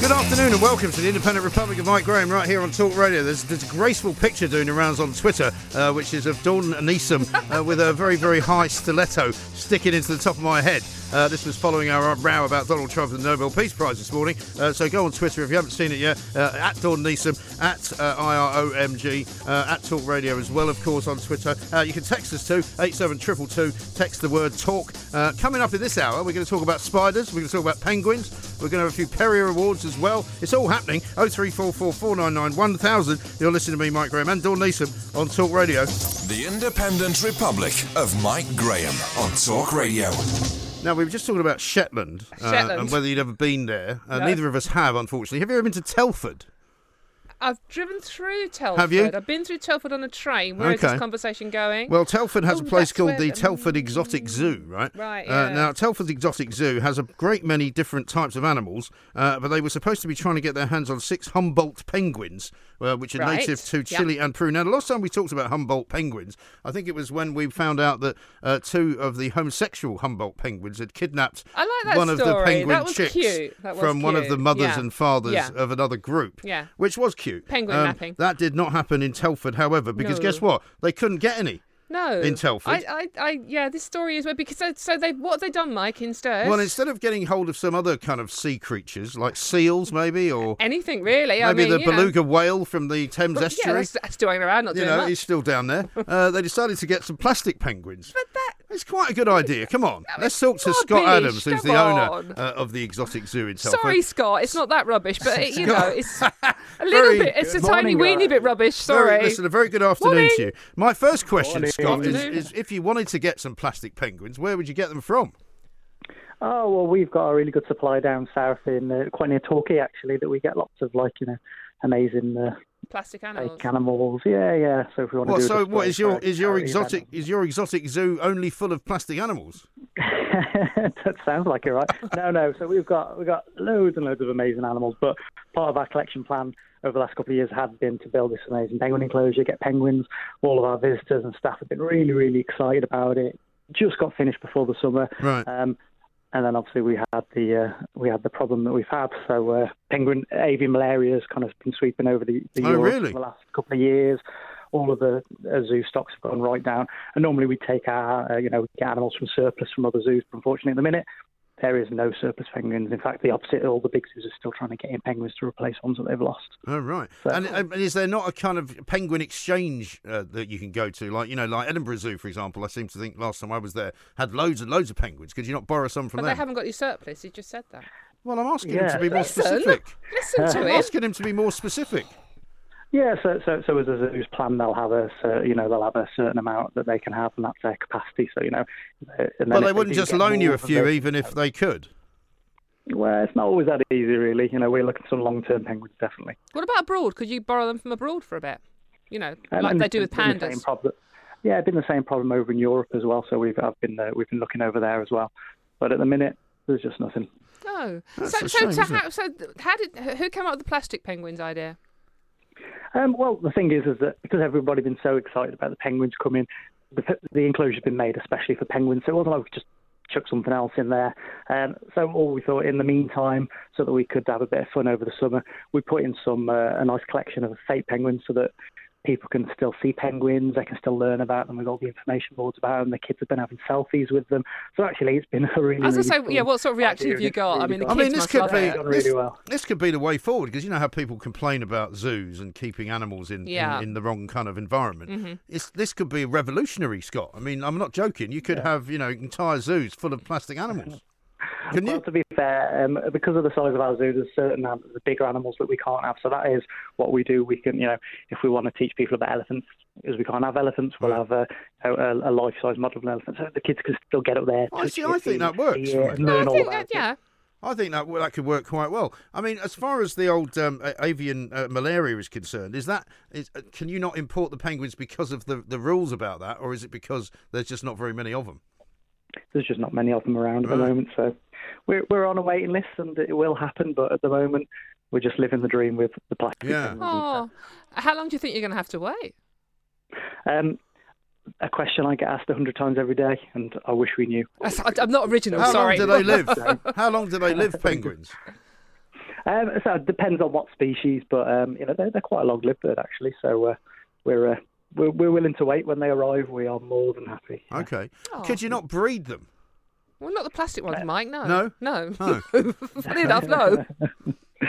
[SPEAKER 1] Good afternoon and welcome to the Independent Republic of Mike Graham right here on Talk Radio. There's this graceful picture doing the rounds on Twitter, uh, which is of Dawn Neeson uh, with a very, very high stiletto sticking into the top of my head. Uh, this was following our row about Donald Trump and the Nobel Peace Prize this morning. Uh, so go on Twitter if you haven't seen it yet, uh, at Dawn Neeson, at uh, IROMG, uh, at Talk Radio as well, of course, on Twitter. Uh, you can text us too, 87222, text the word talk. Uh, coming up in this hour, we're going to talk about spiders, we're going to talk about penguins, we're going to have a few Perrier Awards as well. It's all happening. 0344 499 1000. You're listening to me, Mike Graham, and Dawn Neeson on Talk Radio.
[SPEAKER 3] The Independent Republic of Mike Graham on Talk Radio.
[SPEAKER 1] Now, we were just talking about Shetland, uh,
[SPEAKER 2] Shetland.
[SPEAKER 1] and whether you'd ever been there. Uh,
[SPEAKER 2] No.
[SPEAKER 1] Neither of us have, unfortunately. Have you ever been to Telford?
[SPEAKER 2] I've driven through Telford.
[SPEAKER 1] Have you?
[SPEAKER 2] I've been through Telford on a train. Where is
[SPEAKER 1] Okay.
[SPEAKER 2] this conversation going?
[SPEAKER 1] Well, Telford has
[SPEAKER 2] Oh,
[SPEAKER 1] a place
[SPEAKER 2] that's
[SPEAKER 1] called
[SPEAKER 2] where
[SPEAKER 1] the
[SPEAKER 2] the-
[SPEAKER 1] Telford Exotic Zoo, right?
[SPEAKER 2] Right,
[SPEAKER 1] Uh,
[SPEAKER 2] yeah.
[SPEAKER 1] now, Telford Exotic Zoo has a great many different types of animals, uh, but they were supposed to be trying to get their hands on six Humboldt penguins, uh, which are
[SPEAKER 2] Right,
[SPEAKER 1] native to
[SPEAKER 2] yep.
[SPEAKER 1] Chile and Peru. Now, the last time we talked about Humboldt penguins, I think it was when we found out that uh, two of the homosexual Humboldt penguins had kidnapped
[SPEAKER 2] I like that
[SPEAKER 1] one of the
[SPEAKER 2] story.
[SPEAKER 1] penguin
[SPEAKER 2] That was
[SPEAKER 1] chicks
[SPEAKER 2] cute. That was
[SPEAKER 1] from one of
[SPEAKER 2] cute.
[SPEAKER 1] the mothers
[SPEAKER 2] Yeah.
[SPEAKER 1] and fathers
[SPEAKER 2] Yeah.
[SPEAKER 1] of another group,
[SPEAKER 2] Yeah.
[SPEAKER 1] which was cute. Um,
[SPEAKER 2] Penguin mapping.
[SPEAKER 1] That did not happen in Telford, however, because
[SPEAKER 2] No.
[SPEAKER 1] guess what? They couldn't get any.
[SPEAKER 2] no.
[SPEAKER 1] in Telford.
[SPEAKER 2] I, I, I, yeah, this story is where because so, so they what have they done, Mike? Instead,
[SPEAKER 1] Well, instead of getting hold of some other kind of sea creatures, like seals, maybe, or
[SPEAKER 2] anything really. Eh, I
[SPEAKER 1] maybe
[SPEAKER 2] mean,
[SPEAKER 1] the
[SPEAKER 2] you know.
[SPEAKER 1] beluga whale from the Thames
[SPEAKER 2] Well, Yeah,
[SPEAKER 1] estuary,
[SPEAKER 2] that's, that's doing around, not
[SPEAKER 1] you
[SPEAKER 2] doing
[SPEAKER 1] know,
[SPEAKER 2] much.
[SPEAKER 1] he's still down there, uh, they decided to get some plastic penguins. But that. It's quite a good idea. Come on.
[SPEAKER 2] That
[SPEAKER 1] Let's
[SPEAKER 2] was
[SPEAKER 1] talk to Scott
[SPEAKER 2] rubbish.
[SPEAKER 1] Adams, who's
[SPEAKER 2] Come
[SPEAKER 1] the
[SPEAKER 2] on.
[SPEAKER 1] owner uh, of the Exotic Zoo in Telford.
[SPEAKER 2] Sorry, Scott. It's not that rubbish, but it, you know, it's a
[SPEAKER 1] Very
[SPEAKER 2] little bit. It's a
[SPEAKER 6] good
[SPEAKER 2] tiny,
[SPEAKER 6] morning,
[SPEAKER 2] weeny
[SPEAKER 6] guys.
[SPEAKER 2] bit rubbish.
[SPEAKER 1] Very-
[SPEAKER 2] Sorry.
[SPEAKER 1] listen, a very good afternoon
[SPEAKER 2] Morning.
[SPEAKER 1] to you. My first question,
[SPEAKER 6] Morning.
[SPEAKER 1] Scott, is,
[SPEAKER 2] Afternoon.
[SPEAKER 1] is if you wanted to get some plastic penguins, where would you get them from?
[SPEAKER 7] Oh well, we've got a really good supply down south in uh, quite near Torquay actually that we get lots of like you know amazing uh,
[SPEAKER 2] Plastic animals.
[SPEAKER 7] fake animals. Yeah, yeah. So if we want
[SPEAKER 1] What,
[SPEAKER 7] to do a
[SPEAKER 1] so what
[SPEAKER 7] display
[SPEAKER 1] is your
[SPEAKER 7] for a
[SPEAKER 1] is your
[SPEAKER 7] charity event.
[SPEAKER 1] exotic is your exotic zoo only full of plastic animals?
[SPEAKER 7] that sounds like it, right? No, no. So we've got we've got loads and loads of amazing animals, but part of our collection plan over the last couple of years had been to build this amazing penguin enclosure, get penguins. All of our visitors and staff have been really, really excited about it. Just got finished before the summer,
[SPEAKER 1] Right.
[SPEAKER 7] um, and then obviously we had the uh, we had the problem that we've had. So uh, penguin avian malaria has kind of been sweeping over the, the
[SPEAKER 1] Oh,
[SPEAKER 7] Europe
[SPEAKER 1] really?
[SPEAKER 7] for the last couple of years. All of the uh, zoo stocks have gone right down. And normally we take our uh, you know we get animals from surplus from other zoos, but unfortunately at the minute there is no surplus penguins. In fact, the opposite. All the big zoos are still trying to get in penguins to replace ones that they've lost.
[SPEAKER 1] Oh right. And, and is there not a kind of penguin exchange uh, that you can go to, like you know, like Edinburgh Zoo, for example? I seem to think last time I was there had loads and loads of penguins. Could you not borrow some from
[SPEAKER 2] But they
[SPEAKER 1] them?
[SPEAKER 2] haven't got your surplus. You just said that.
[SPEAKER 1] Well, I'm asking him
[SPEAKER 7] Yeah.
[SPEAKER 1] to be more specific.
[SPEAKER 2] Listen to
[SPEAKER 1] I'm
[SPEAKER 2] it.
[SPEAKER 1] asking him to be more specific.
[SPEAKER 7] Yeah, so so so as a zoo's plan, they'll have a cer- you know they'll have a certain amount that they can have, and that's their capacity. So you know, uh, and
[SPEAKER 1] Well,
[SPEAKER 7] then
[SPEAKER 1] they
[SPEAKER 7] if
[SPEAKER 1] wouldn't
[SPEAKER 7] do
[SPEAKER 1] just
[SPEAKER 7] get
[SPEAKER 1] loan you
[SPEAKER 7] more
[SPEAKER 1] a
[SPEAKER 7] than
[SPEAKER 1] few,
[SPEAKER 7] they-
[SPEAKER 1] even if they could.
[SPEAKER 7] Well, it's not always that easy, really. You know, we're looking for some long-term penguins, definitely.
[SPEAKER 2] What about abroad? Could you borrow them from abroad for a bit? You know,
[SPEAKER 7] And-
[SPEAKER 2] like
[SPEAKER 7] and
[SPEAKER 2] they
[SPEAKER 7] it's
[SPEAKER 2] do with
[SPEAKER 7] been the same
[SPEAKER 2] pandas.
[SPEAKER 7] problem- Yeah, it's been the same problem over in Europe as well. So we've I've been uh, we've been looking over there as well, but at the minute there's just nothing.
[SPEAKER 2] No.
[SPEAKER 1] That's
[SPEAKER 2] so,
[SPEAKER 1] a
[SPEAKER 2] so,
[SPEAKER 1] shame,
[SPEAKER 2] so,
[SPEAKER 1] isn't it?
[SPEAKER 2] how, so, th- how did who- who came up with the plastic penguins idea?
[SPEAKER 7] Um, well, the thing is, is that because everybody's been so excited about the penguins coming, the, pe- the enclosure's been made especially for penguins. So it wasn't like we just chuck something else in there. Um, so all we thought in the meantime, so that we could have a bit of fun over the summer, we put in some uh, a nice collection of fake penguins so that people can still see penguins, they can still learn about them. We've got all the information boards about them. The kids have been having selfies with them. So actually, it's been a really.
[SPEAKER 2] I was
[SPEAKER 7] really
[SPEAKER 2] going to say,
[SPEAKER 7] fun
[SPEAKER 2] yeah, what sort of reaction
[SPEAKER 7] idea
[SPEAKER 2] have
[SPEAKER 7] and
[SPEAKER 2] you
[SPEAKER 7] it's
[SPEAKER 2] got? I
[SPEAKER 7] really
[SPEAKER 2] mean, the
[SPEAKER 7] gone-
[SPEAKER 2] kids
[SPEAKER 1] I mean, this
[SPEAKER 2] must
[SPEAKER 1] could
[SPEAKER 2] love
[SPEAKER 1] be
[SPEAKER 2] it.
[SPEAKER 7] Done
[SPEAKER 1] this,
[SPEAKER 7] really well.
[SPEAKER 1] this could be the way forward because you know how people complain about zoos and keeping animals in,
[SPEAKER 2] Yeah.
[SPEAKER 1] in, in the wrong kind of environment. It's, this could be revolutionary, Scott. I mean, I'm not joking. You could have you know entire zoos full of plastic animals. Couldn't
[SPEAKER 7] Well,
[SPEAKER 1] you?
[SPEAKER 7] to be fair, um, because of the size of our zoo, there's certain um, the bigger animals that we can't have. So that is what we do. We can, you know, if we want to teach people about elephants, because we can't have elephants, we'll have a, a, a life-size model of an elephant, so the kids can still get up there.
[SPEAKER 1] I
[SPEAKER 7] touch
[SPEAKER 1] see,
[SPEAKER 7] it,
[SPEAKER 1] I think
[SPEAKER 7] it,
[SPEAKER 1] that works
[SPEAKER 7] see it,
[SPEAKER 1] for me.
[SPEAKER 7] and
[SPEAKER 2] No, I
[SPEAKER 7] learn all
[SPEAKER 2] think
[SPEAKER 7] about
[SPEAKER 2] that,
[SPEAKER 7] it.
[SPEAKER 2] yeah.
[SPEAKER 1] I think that that could work quite well. I mean, as far as the old um, a- avian uh, malaria is concerned, is that is, uh, can you not import the penguins because of the, the rules about that, or is it because there's just not very many of them?
[SPEAKER 7] There's just not many of them around at the
[SPEAKER 1] Right.
[SPEAKER 7] moment, so we're we're on a waiting list, and it will happen. But at the moment, we're just living the dream with the plastic.
[SPEAKER 1] Yeah.
[SPEAKER 7] penguins and stuff.
[SPEAKER 2] Oh, how long do you think you're going to have to wait?
[SPEAKER 7] Um, a question I get asked a hundred times every day, and I wish we knew.
[SPEAKER 2] I'm not original.
[SPEAKER 1] How
[SPEAKER 2] sorry.
[SPEAKER 1] long do they live? How long do they live, penguins?
[SPEAKER 7] Um, so it depends on what species, but um, you know they're, they're quite a long-lived bird actually. So uh, we're, uh, we're we're willing to wait when they arrive. We are more than happy. yeah.
[SPEAKER 1] Okay.
[SPEAKER 2] Oh.
[SPEAKER 1] Could you not breed them?
[SPEAKER 2] Well, not the plastic ones, Mike. No.
[SPEAKER 1] no?
[SPEAKER 2] No.
[SPEAKER 1] No.
[SPEAKER 2] Funny enough, no.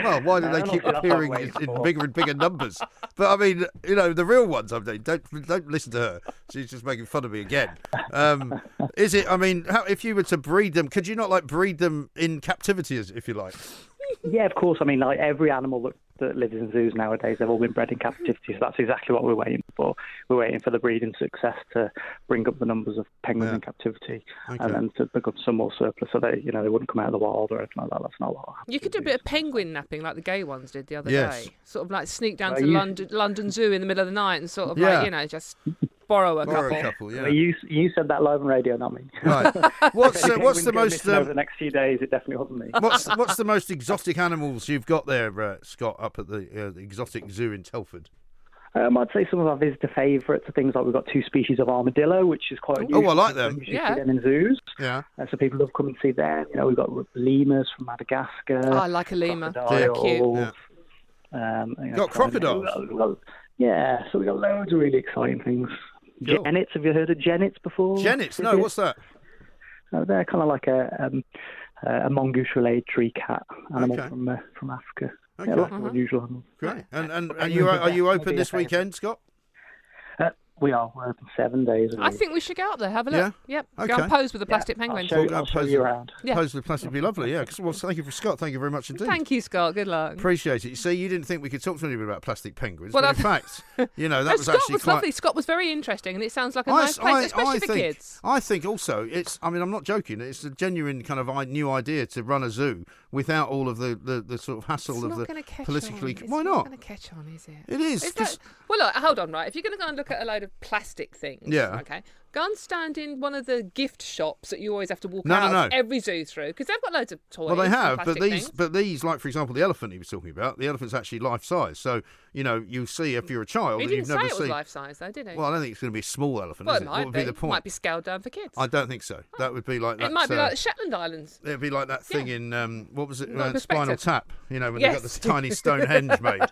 [SPEAKER 1] Well, why do they
[SPEAKER 7] No,
[SPEAKER 1] keep
[SPEAKER 7] not that
[SPEAKER 1] appearing
[SPEAKER 7] way,
[SPEAKER 1] in,
[SPEAKER 7] Paul.
[SPEAKER 1] in bigger and bigger numbers? But I mean, you know, the real ones. I mean, don't don't listen to her. She's just making fun of me again. Um, is it? I mean, how, if you were to breed them, could you not like breed them in captivity, as if you like?
[SPEAKER 7] Yeah, of course. I mean, like every animal that, that lives in zoos nowadays, they've all been bred in captivity. So that's exactly what we're waiting for. We're waiting for the breeding success to bring up the numbers of penguins
[SPEAKER 1] Yeah.
[SPEAKER 7] in captivity,
[SPEAKER 1] Okay.
[SPEAKER 7] and then to pick up some more surplus, so they you know they wouldn't come out of the wild or anything like that. That's not what happens
[SPEAKER 2] You could do
[SPEAKER 7] in
[SPEAKER 2] a bit
[SPEAKER 7] zoos.
[SPEAKER 2] of penguin napping like the gay ones did the other
[SPEAKER 1] Yes.
[SPEAKER 2] day. Sort of like sneak down
[SPEAKER 7] Well,
[SPEAKER 2] to the
[SPEAKER 7] you-
[SPEAKER 2] London, London Zoo in the middle of the night and sort of
[SPEAKER 1] Yeah.
[SPEAKER 2] like, you know, just borrow a
[SPEAKER 1] Or
[SPEAKER 2] couple.
[SPEAKER 1] a couple,
[SPEAKER 7] But
[SPEAKER 1] yeah.
[SPEAKER 7] you you said that live on radio, not me.
[SPEAKER 1] Right. What's uh,
[SPEAKER 7] If
[SPEAKER 1] what's the
[SPEAKER 7] anything went
[SPEAKER 1] most
[SPEAKER 7] missing over the
[SPEAKER 1] um,
[SPEAKER 7] next few days? It definitely wasn't me.
[SPEAKER 1] what's what's the most exotic animals you've got there, uh, Scott, up at the, uh, the exotic zoo in Telford?
[SPEAKER 7] Um, I'd say some of our visitor favourites are things like we've got two species of armadillo, which is quite unusual.
[SPEAKER 1] Oh, I like them.
[SPEAKER 7] You
[SPEAKER 2] Yeah.
[SPEAKER 7] see them in zoos,
[SPEAKER 1] Yeah.
[SPEAKER 7] uh, so people love coming to see them. You know, we've got lemurs from Madagascar.
[SPEAKER 2] Oh, I like a lemur.
[SPEAKER 1] Yeah.
[SPEAKER 7] crocodiles.
[SPEAKER 2] Cute.
[SPEAKER 1] Yeah.
[SPEAKER 7] Um, you know,
[SPEAKER 1] Got
[SPEAKER 7] so-
[SPEAKER 1] crocodiles?
[SPEAKER 7] We've got- yeah, so we've got loads of really exciting things.
[SPEAKER 1] Cool.
[SPEAKER 7] Genets, have you heard of genets before?
[SPEAKER 1] Jennets? No,
[SPEAKER 7] Is it?
[SPEAKER 1] what's that?
[SPEAKER 7] Uh, they're kind of like a um, uh, a mongoose-related tree cat animal
[SPEAKER 1] Okay.
[SPEAKER 7] from uh, from Africa.
[SPEAKER 2] Mm-hmm.
[SPEAKER 1] Okay.
[SPEAKER 7] Yeah, lots of unusual animals.
[SPEAKER 1] Great. And and
[SPEAKER 7] Yeah.
[SPEAKER 1] are you are you
[SPEAKER 7] That'd be
[SPEAKER 1] open
[SPEAKER 7] a
[SPEAKER 1] this
[SPEAKER 7] favourite.
[SPEAKER 1] weekend, Scott?
[SPEAKER 7] Uh, we are we're open seven days. a
[SPEAKER 2] I
[SPEAKER 7] week.
[SPEAKER 2] think we should go up there, have a look.
[SPEAKER 1] Yeah?
[SPEAKER 2] Yep. Go
[SPEAKER 1] Okay.
[SPEAKER 2] and pose with the plastic penguin.
[SPEAKER 1] We'll go pose-
[SPEAKER 2] Yeah.
[SPEAKER 1] Pose with the plastic would be lovely, yeah. 'Cause- Well, thank you for Scott. Thank you very much indeed.
[SPEAKER 2] Thank you, Scott. Good luck.
[SPEAKER 1] Appreciate it. You see, you didn't think we could talk to anybody about plastic penguins,
[SPEAKER 2] Well,
[SPEAKER 1] but
[SPEAKER 2] I-
[SPEAKER 1] in fact, you know, that
[SPEAKER 2] No,
[SPEAKER 1] was
[SPEAKER 2] Scott
[SPEAKER 1] actually
[SPEAKER 2] was
[SPEAKER 1] quite...
[SPEAKER 2] lovely. Scott was very interesting, and it sounds like a
[SPEAKER 1] I-
[SPEAKER 2] nice place,
[SPEAKER 1] I-
[SPEAKER 2] especially
[SPEAKER 1] I
[SPEAKER 2] for
[SPEAKER 1] think,
[SPEAKER 2] kids.
[SPEAKER 1] I think also it's. I mean, I'm not joking. It's a genuine kind of i- new idea to run a zoo without all of the, the, the sort of hassle
[SPEAKER 2] It's
[SPEAKER 1] of
[SPEAKER 2] not
[SPEAKER 1] the
[SPEAKER 2] going to catch
[SPEAKER 1] politically.
[SPEAKER 2] on. It's
[SPEAKER 1] Why not?
[SPEAKER 2] going to catch on, is it?
[SPEAKER 1] It is,
[SPEAKER 2] It's
[SPEAKER 1] 'cause-
[SPEAKER 2] like- well, look, hold on, right? If you're going to go and look at a load of plastic things,
[SPEAKER 1] Yeah.
[SPEAKER 2] okay, go and stand in one of the gift shops that you always have to walk
[SPEAKER 1] No, no,
[SPEAKER 2] out of
[SPEAKER 1] no.
[SPEAKER 2] every zoo through because they've got loads of toys.
[SPEAKER 1] Well, they
[SPEAKER 2] and
[SPEAKER 1] have, but
[SPEAKER 2] plastic
[SPEAKER 1] these,
[SPEAKER 2] things.
[SPEAKER 1] but these, like for example, the elephant he was talking about. The elephant's actually life size, so you know you see if you're a child
[SPEAKER 2] He
[SPEAKER 1] and
[SPEAKER 2] didn't
[SPEAKER 1] you've
[SPEAKER 2] say
[SPEAKER 1] never
[SPEAKER 2] it was
[SPEAKER 1] seen.
[SPEAKER 2] life size, though, did he?
[SPEAKER 1] Well, I don't think it's going to be a small elephant.
[SPEAKER 2] Well,
[SPEAKER 1] is
[SPEAKER 2] it
[SPEAKER 1] it?
[SPEAKER 2] might
[SPEAKER 1] what would be.
[SPEAKER 2] be.
[SPEAKER 1] the point?
[SPEAKER 2] Might be scaled down for kids.
[SPEAKER 1] I don't think so. That would be like that.
[SPEAKER 2] it might be
[SPEAKER 1] uh,
[SPEAKER 2] like the Shetland Islands.
[SPEAKER 1] It'd be like that thing in um, what was it?
[SPEAKER 2] No,
[SPEAKER 1] uh, Spinal
[SPEAKER 2] Perspective.
[SPEAKER 1] Tap. You know when they got
[SPEAKER 2] Yes.
[SPEAKER 1] this tiny Stonehenge made.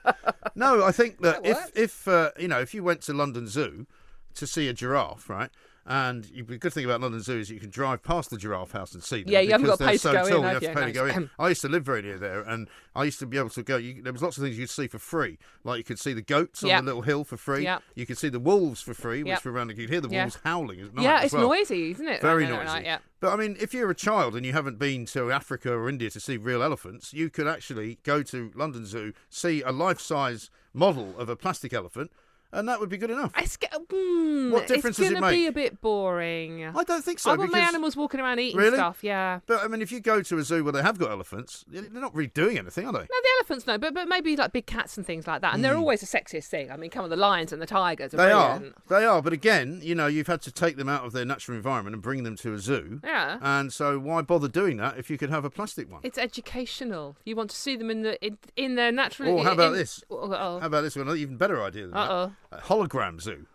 [SPEAKER 1] No, I think that, if if uh, you know if you went to London Zoo to see a giraffe, right? And you, the good thing about London Zoo is you can drive past the giraffe house and see them.
[SPEAKER 2] Yeah, you haven't
[SPEAKER 1] because
[SPEAKER 2] got to pay
[SPEAKER 1] they're
[SPEAKER 2] to go
[SPEAKER 1] so
[SPEAKER 2] in,
[SPEAKER 1] tall, You
[SPEAKER 2] have
[SPEAKER 1] have to
[SPEAKER 2] you?
[SPEAKER 1] pay to
[SPEAKER 2] No,
[SPEAKER 1] go
[SPEAKER 2] it's-
[SPEAKER 1] in. I used to live very near there, and I used to be able to go. You, there was lots of things you'd see for free, like you could see the goats
[SPEAKER 2] Yeah.
[SPEAKER 1] on the little hill for free.
[SPEAKER 2] Yeah.
[SPEAKER 1] You could see the wolves for free, which
[SPEAKER 2] Yeah.
[SPEAKER 1] were around. You could hear the
[SPEAKER 2] Yeah.
[SPEAKER 1] wolves howling at night.
[SPEAKER 2] yeah,
[SPEAKER 1] as
[SPEAKER 2] it's
[SPEAKER 1] well.
[SPEAKER 2] noisy, isn't it?
[SPEAKER 1] Very
[SPEAKER 2] Right now at
[SPEAKER 1] noisy.
[SPEAKER 2] night, yeah.
[SPEAKER 1] But I mean, if you're a child and you haven't been to Africa or India to see real elephants, you could actually go to London Zoo, see a life-size model of a plastic elephant, and that would be good enough.
[SPEAKER 2] It's, g- mm,
[SPEAKER 1] What difference
[SPEAKER 2] it's
[SPEAKER 1] does it
[SPEAKER 2] gonna be
[SPEAKER 1] make?
[SPEAKER 2] a bit boring. I
[SPEAKER 1] don't think so,
[SPEAKER 2] I want my
[SPEAKER 1] because-
[SPEAKER 2] animals walking around eating
[SPEAKER 1] Really?
[SPEAKER 2] stuff. Yeah.
[SPEAKER 1] But I mean, if you go to a zoo where they have got elephants, they're not really doing anything, are they?
[SPEAKER 2] No, the elephants no, but but maybe like big cats and things like that, and they're
[SPEAKER 1] Mm.
[SPEAKER 2] always the sexiest thing. I mean, come on, the lions and the tigers. Are
[SPEAKER 1] They are.
[SPEAKER 2] brilliant.
[SPEAKER 1] They are. But again, you know, you've had to take them out of their natural environment and bring them to a zoo.
[SPEAKER 2] Yeah.
[SPEAKER 1] And so, why bother doing that if you could have a plastic one?
[SPEAKER 2] It's educational. You want to see them in the in, in their natural.
[SPEAKER 1] Or how
[SPEAKER 2] in-
[SPEAKER 1] about
[SPEAKER 2] in-
[SPEAKER 1] this?
[SPEAKER 2] Oh, oh.
[SPEAKER 1] How about this one? An even better idea than
[SPEAKER 2] Uh-oh.
[SPEAKER 1] that. A hologram zoo.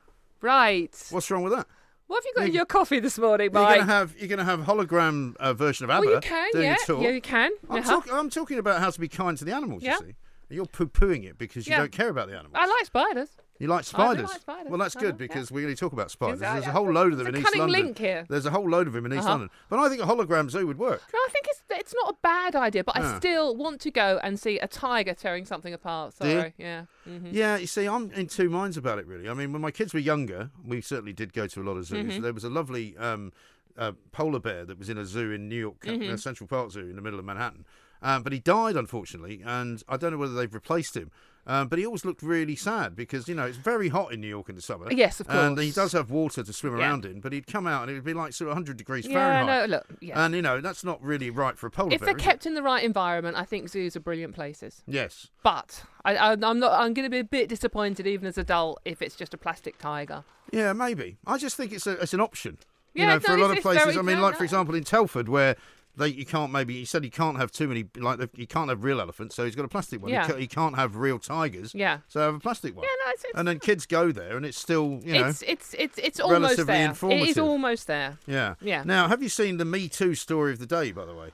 [SPEAKER 2] right.
[SPEAKER 1] What's wrong with that?
[SPEAKER 2] What have you got in your coffee this morning,
[SPEAKER 1] You're
[SPEAKER 2] Mike?
[SPEAKER 1] gonna have you're gonna have hologram uh, version of ABBA
[SPEAKER 2] well, Oh, you can.
[SPEAKER 1] doing
[SPEAKER 2] yeah.
[SPEAKER 1] a tour.
[SPEAKER 2] Yeah, you can.
[SPEAKER 1] I'm,
[SPEAKER 2] Uh-huh.
[SPEAKER 1] talk- I'm talking about how to be kind to the animals.
[SPEAKER 2] Yeah.
[SPEAKER 1] You see, And you're poo pooing it because you
[SPEAKER 2] Yeah.
[SPEAKER 1] don't care about the animals.
[SPEAKER 2] I like spiders.
[SPEAKER 1] You like
[SPEAKER 2] I do like
[SPEAKER 1] spiders.
[SPEAKER 2] spiders,
[SPEAKER 1] Well, that's
[SPEAKER 2] I
[SPEAKER 1] good
[SPEAKER 2] know, yeah.
[SPEAKER 1] because we're going to talk about spiders.
[SPEAKER 2] I-
[SPEAKER 1] There's a
[SPEAKER 2] I-
[SPEAKER 1] whole load of them
[SPEAKER 2] it's
[SPEAKER 1] in
[SPEAKER 2] a
[SPEAKER 1] East
[SPEAKER 2] cunning
[SPEAKER 1] London.
[SPEAKER 2] link here.
[SPEAKER 1] There's a whole load of them in East
[SPEAKER 2] Uh-huh.
[SPEAKER 1] London. But I think a hologram zoo would work.
[SPEAKER 2] No, I think it's it's not a bad idea, but I
[SPEAKER 1] Yeah.
[SPEAKER 2] still want to go and see a tiger tearing something apart.
[SPEAKER 1] Do you?
[SPEAKER 2] Sorry. Yeah. hmm
[SPEAKER 1] Yeah, you see, I'm in two minds about it, really. I mean, when my kids were younger, we certainly did go to a lot of zoos.
[SPEAKER 2] Mhm.
[SPEAKER 1] There was a lovely um, uh, polar bear that was in a zoo in New York, uh,
[SPEAKER 2] Mhm.
[SPEAKER 1] Central Park Zoo in the middle of Manhattan. Um, but he died, unfortunately, and I don't know whether they've replaced him. Um, but he always looked really sad because, you know, it's very hot in New York in the summer.
[SPEAKER 2] Yes, of
[SPEAKER 1] And he
[SPEAKER 2] course.
[SPEAKER 1] does have water to swim
[SPEAKER 2] Yeah.
[SPEAKER 1] around in, but he'd come out and it would be like sort of 100 degrees
[SPEAKER 2] Yeah,
[SPEAKER 1] Fahrenheit.
[SPEAKER 2] no, look, yeah.
[SPEAKER 1] And, you know, that's not really right for a polar
[SPEAKER 2] If
[SPEAKER 1] bear.
[SPEAKER 2] they're
[SPEAKER 1] is it?
[SPEAKER 2] kept in the right environment, I think zoos are brilliant places.
[SPEAKER 1] Yes.
[SPEAKER 2] But I, I, I'm not. I'm going to be a bit disappointed, even as adult, if it's just a plastic tiger.
[SPEAKER 1] Yeah, maybe. I just think it's a, it's an option. You
[SPEAKER 2] Yeah,
[SPEAKER 1] know, for
[SPEAKER 2] no,
[SPEAKER 1] a lot
[SPEAKER 2] it's-
[SPEAKER 1] of
[SPEAKER 2] it's
[SPEAKER 1] places.
[SPEAKER 2] very-
[SPEAKER 1] I mean,
[SPEAKER 2] no,
[SPEAKER 1] like
[SPEAKER 2] no.
[SPEAKER 1] for example in Telford, where they you can't maybe he said he can't have too many like you can't have real elephants, so he's got a plastic one. He
[SPEAKER 2] Yeah.
[SPEAKER 1] ca- He, can't have real tigers.
[SPEAKER 2] Yeah.
[SPEAKER 1] So have a plastic one.
[SPEAKER 2] Yeah, no, it's it's
[SPEAKER 1] and then kids go there, and it's still you know.
[SPEAKER 2] it's, it's it's it's almost
[SPEAKER 1] relatively
[SPEAKER 2] there. It
[SPEAKER 1] informative.
[SPEAKER 2] is almost there.
[SPEAKER 1] yeah.
[SPEAKER 2] Yeah.
[SPEAKER 1] Now, have you seen the Me Too story of the day? By the way,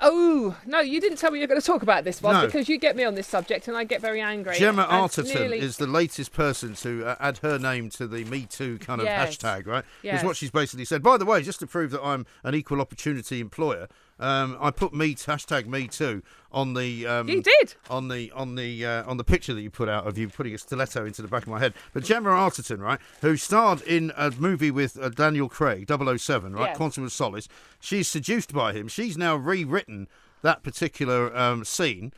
[SPEAKER 2] Oh no, you didn't tell me you're going to talk about this one
[SPEAKER 1] No.
[SPEAKER 2] because you get me on this subject and I get very angry.
[SPEAKER 1] Gemma
[SPEAKER 2] And
[SPEAKER 1] Arterton
[SPEAKER 2] nearly-
[SPEAKER 1] is the latest person to uh, add her name to the Me Too kind of
[SPEAKER 2] Yes.
[SPEAKER 1] hashtag, right? Is
[SPEAKER 2] Yes.
[SPEAKER 1] what she's basically said. By the way, just to prove that I'm an equal opportunity employer, um, I put me hashtag Me Too on the um,
[SPEAKER 2] You did?
[SPEAKER 1] on the on the uh, on the picture that you put out of you putting a stiletto into the back of my head. But Gemma Arterton, right, who starred in a movie with uh, Daniel Craig, 007, right,
[SPEAKER 8] Yes.
[SPEAKER 1] Quantum of Solace. She's seduced by him. She's now rewritten that particular um, scene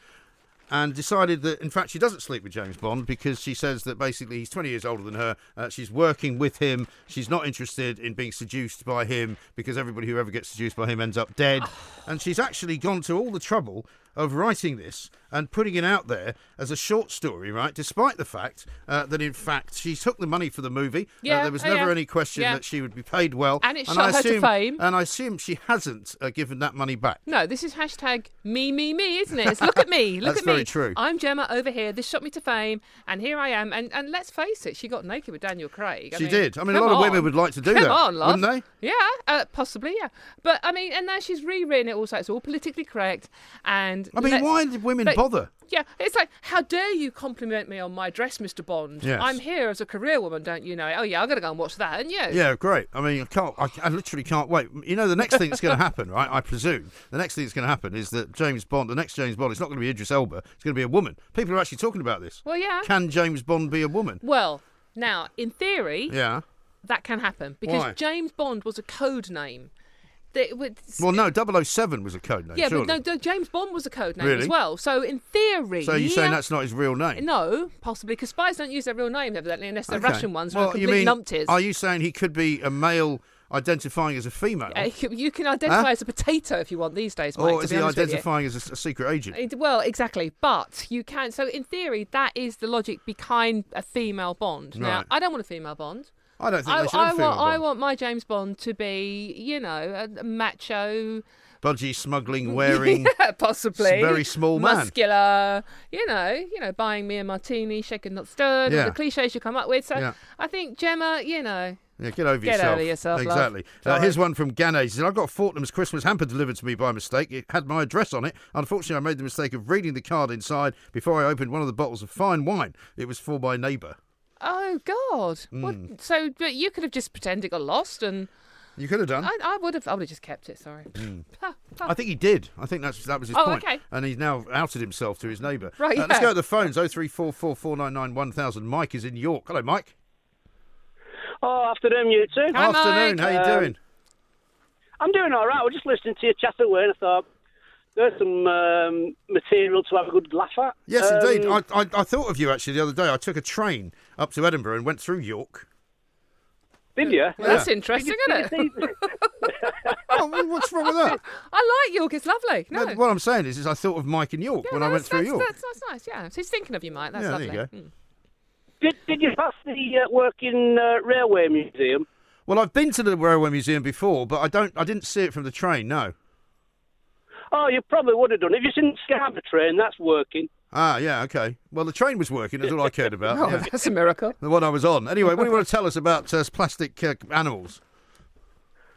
[SPEAKER 1] and decided that, in fact, she doesn't sleep with James Bond because she says that basically he's 20 years older than her. Uh, she's working with him. She's not interested in being seduced by him because everybody who ever gets seduced by him ends up dead. and she's actually gone to all the trouble of writing this and putting it out there as a short story, right? Despite the fact uh, that, in fact, she took the money for the movie. Uh,
[SPEAKER 2] Yeah,
[SPEAKER 1] there was
[SPEAKER 2] oh,
[SPEAKER 1] never
[SPEAKER 2] yeah.
[SPEAKER 1] any question
[SPEAKER 2] Yeah.
[SPEAKER 1] that she would be paid well.
[SPEAKER 2] And it shot her to fame.
[SPEAKER 1] And I assume she hasn't uh, given that money back.
[SPEAKER 2] No, this is hashtag me, me, me, isn't it? It's look at me, look at
[SPEAKER 1] That's
[SPEAKER 2] me.
[SPEAKER 1] very true.
[SPEAKER 2] I'm Gemma over here. This shot me to fame, and here I am. And and let's face it, she got naked with Daniel Craig. I
[SPEAKER 1] She
[SPEAKER 2] mean,
[SPEAKER 1] did. I mean, a
[SPEAKER 2] come
[SPEAKER 1] lot of women
[SPEAKER 2] on.
[SPEAKER 1] would like to do
[SPEAKER 2] Come
[SPEAKER 1] that,
[SPEAKER 2] on, love.
[SPEAKER 1] wouldn't
[SPEAKER 2] Yeah, uh, possibly, yeah. But I mean, and now she's rewritten it. Also, it's all politically correct. And
[SPEAKER 1] I mean,
[SPEAKER 2] let's-
[SPEAKER 1] why did women
[SPEAKER 2] but-
[SPEAKER 1] bother?
[SPEAKER 2] Yeah, it's like, how dare you compliment me on my dress, Mr. Bond?
[SPEAKER 1] Yes.
[SPEAKER 2] I'm here as a career woman, don't you know? Oh yeah, I'm gonna go and watch that, and you?
[SPEAKER 1] Yeah, great. I mean, I can't. I, I literally can't wait. You know, the next thing that's going to happen, right? I presume the next thing that's going to happen is that James Bond, the next James Bond, it's not going to be Idris Elba. It's going to be a woman. People are actually talking about this.
[SPEAKER 2] Well, yeah.
[SPEAKER 1] Can James Bond be a woman?
[SPEAKER 2] Well, Now, in theory,
[SPEAKER 1] Yeah.
[SPEAKER 2] that can happen because
[SPEAKER 1] Why?
[SPEAKER 2] James Bond was a code name. That it would-
[SPEAKER 1] Well, no, 007 was a code name.
[SPEAKER 2] yeah,
[SPEAKER 1] surely.
[SPEAKER 2] but no, no, James Bond was a code name
[SPEAKER 1] Really?
[SPEAKER 2] as well. So in theory,
[SPEAKER 1] So you're saying that's not his real name?
[SPEAKER 2] no, possibly because spies don't use their real names evidently unless they're
[SPEAKER 1] Okay.
[SPEAKER 2] Russian ones. who are
[SPEAKER 1] Well, you
[SPEAKER 2] complete
[SPEAKER 1] mean,
[SPEAKER 2] numpties.
[SPEAKER 1] are you saying he could be a male identifying as a female,
[SPEAKER 2] Uh, you- you can identify
[SPEAKER 1] Huh?
[SPEAKER 2] as a potato if you want these days, Mike.
[SPEAKER 1] or
[SPEAKER 2] to
[SPEAKER 1] is
[SPEAKER 2] be
[SPEAKER 1] he
[SPEAKER 2] honest with you.
[SPEAKER 1] identifying as a, a secret agent?
[SPEAKER 2] It- Well, exactly, but you can. So, in theory, that is the logic behind a female Bond. Now,
[SPEAKER 1] Right.
[SPEAKER 2] I don't want a female Bond.
[SPEAKER 1] I don't think
[SPEAKER 2] I,
[SPEAKER 1] they should
[SPEAKER 2] I
[SPEAKER 1] have a female
[SPEAKER 2] want, I
[SPEAKER 1] Bond.
[SPEAKER 2] want my James Bond to be, you know, a macho,
[SPEAKER 1] Budgie smuggling, wearing.
[SPEAKER 2] yeah, possibly
[SPEAKER 1] very small man.
[SPEAKER 2] muscular. You know, you know, buying me a martini, shaken not stirred. all
[SPEAKER 1] Yeah.
[SPEAKER 2] the cliches you come up with. So,
[SPEAKER 1] Yeah.
[SPEAKER 2] I think Gemma, you know,
[SPEAKER 1] Yeah, get over
[SPEAKER 2] Get
[SPEAKER 1] yourself.
[SPEAKER 2] over yourself, love.
[SPEAKER 1] Exactly. Uh,
[SPEAKER 2] Sorry.
[SPEAKER 1] here's one from Ganes. He said, I got Fortnum's Christmas hamper delivered to me by mistake. It had my address on it. Unfortunately, I made the mistake of reading the card inside before I opened one of the bottles of fine wine. It was for my neighbour.
[SPEAKER 2] oh God,
[SPEAKER 1] Hmm.
[SPEAKER 2] what? So, but you could have just pretended it got lost, and
[SPEAKER 1] You could have done.
[SPEAKER 2] I, I would have, I would have just kept it. Sorry.
[SPEAKER 1] Hmm. I think he did. I think that's that was his
[SPEAKER 2] Oh,
[SPEAKER 1] point.
[SPEAKER 2] okay.
[SPEAKER 1] And he's now outed himself to his neighbour.
[SPEAKER 2] Right,
[SPEAKER 1] Uh, Let's
[SPEAKER 2] yeah.
[SPEAKER 1] go to the phones. Oh three four four four nine nine one thousand. Mike is in York. Hello, Mike.
[SPEAKER 8] Oh, afternoon, you two.
[SPEAKER 1] Afternoon. How you
[SPEAKER 8] Um,
[SPEAKER 1] doing?
[SPEAKER 8] I'm doing all right. I was just listening to you chat away and I thought, there's some um, material to have a good laugh at.
[SPEAKER 1] Yes,
[SPEAKER 8] Um,
[SPEAKER 1] indeed. I, I I thought of you actually the other day. I took a train up to Edinburgh and went through York.
[SPEAKER 8] Did you?
[SPEAKER 2] Well, that's interesting, isn't it?
[SPEAKER 1] Oh, well, what's wrong with that?
[SPEAKER 2] I like York. It's lovely. No,
[SPEAKER 1] No, what I'm saying is, is I thought of Mike in York
[SPEAKER 2] Yeah,
[SPEAKER 1] when I went
[SPEAKER 2] that's-
[SPEAKER 1] through
[SPEAKER 2] that's,
[SPEAKER 1] York.
[SPEAKER 2] That's, that's nice. Yeah, so he's thinking of you, Mike. That's
[SPEAKER 1] Yeah,
[SPEAKER 2] lovely.
[SPEAKER 1] there you go.
[SPEAKER 2] Mm.
[SPEAKER 8] Did, did you pass the uh, working uh, railway museum?
[SPEAKER 1] Well, I've been to the Railway Museum before, but I don't. I didn't see it from the train. No.
[SPEAKER 8] Oh, you probably would have done. If you've seen the Scarborough train, that's working.
[SPEAKER 1] Ah, yeah, okay. Well, the train was working. That's all I cared about.
[SPEAKER 2] Oh,
[SPEAKER 1] yeah.
[SPEAKER 2] that's a miracle.
[SPEAKER 1] The one I was on. Anyway, what do you want to tell us about uh, plastic uh, animals?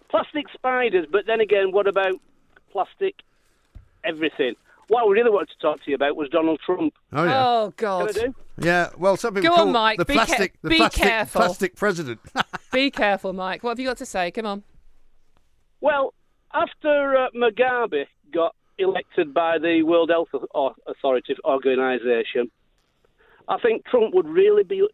[SPEAKER 8] Plastic spiders, but then again, what about plastic everything? What I really wanted to talk to you about was Donald Trump.
[SPEAKER 1] Oh yeah.
[SPEAKER 2] Oh
[SPEAKER 8] Can I
[SPEAKER 2] God.
[SPEAKER 8] do?
[SPEAKER 1] Yeah. Well, some people
[SPEAKER 2] Go on,
[SPEAKER 1] call
[SPEAKER 2] Mike,
[SPEAKER 1] the
[SPEAKER 2] be ca-
[SPEAKER 1] plastic. the
[SPEAKER 2] be
[SPEAKER 1] plastic,
[SPEAKER 2] careful.
[SPEAKER 1] plastic president.
[SPEAKER 2] Be careful, Mike. What have you got to say? Come on.
[SPEAKER 8] Well, after uh, Mugabe got elected by the World Health Au- Authority organization, I think Trump would really be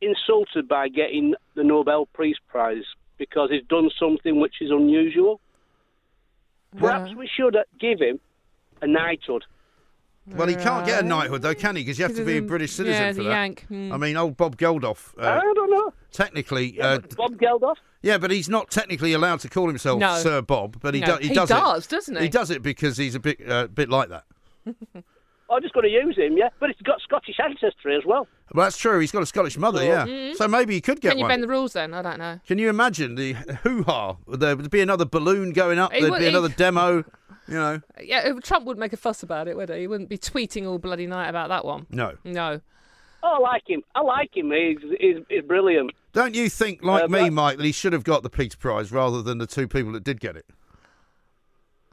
[SPEAKER 8] insulted by getting the Nobel Peace Prize because he's done something which is unusual. Perhaps we should uh, give him a knighthood.
[SPEAKER 1] well, he can't get a knighthood though, can he? Because you have to be a
[SPEAKER 2] he's a-
[SPEAKER 1] British citizen
[SPEAKER 2] yeah, he's
[SPEAKER 1] for
[SPEAKER 2] a
[SPEAKER 1] that.
[SPEAKER 2] Yank. Hmm.
[SPEAKER 1] I mean, old Bob Geldof.
[SPEAKER 8] I
[SPEAKER 1] Uh,
[SPEAKER 8] don't know.
[SPEAKER 1] technically, uh,
[SPEAKER 8] Bob Geldof?
[SPEAKER 1] yeah, but he's not technically allowed to call himself
[SPEAKER 2] No.
[SPEAKER 1] Sir Bob, but he,
[SPEAKER 2] No.
[SPEAKER 1] do- he,
[SPEAKER 2] He
[SPEAKER 1] does.
[SPEAKER 2] does,
[SPEAKER 1] it.
[SPEAKER 2] doesn't
[SPEAKER 1] He
[SPEAKER 2] he?
[SPEAKER 1] does it because he's a bit, uh, bit like that.
[SPEAKER 8] I'm just going to use him, yeah. But he's got Scottish ancestry as well.
[SPEAKER 1] Well, that's true. He's got a Scottish mother, yeah. So maybe he could
[SPEAKER 2] Oh, mm-hmm.
[SPEAKER 1] get
[SPEAKER 2] Can you
[SPEAKER 1] one.
[SPEAKER 2] bend the rules then? I don't know.
[SPEAKER 1] Can you imagine the hoo ha? There would be another balloon going up.
[SPEAKER 2] He
[SPEAKER 1] There'd
[SPEAKER 2] would-
[SPEAKER 1] be
[SPEAKER 2] he-
[SPEAKER 1] another demo. You know,
[SPEAKER 2] Yeah, uh, Trump wouldn't make a fuss about it, would he? He wouldn't be tweeting all bloody night about that one.
[SPEAKER 1] no.
[SPEAKER 2] No.
[SPEAKER 8] Oh, I like him. I like him. He's, he's, he's brilliant.
[SPEAKER 1] Don't you think, like
[SPEAKER 8] Uh,
[SPEAKER 1] me,
[SPEAKER 8] but-
[SPEAKER 1] Mike, that he should have got the Peace Prize rather than the two people that did get it?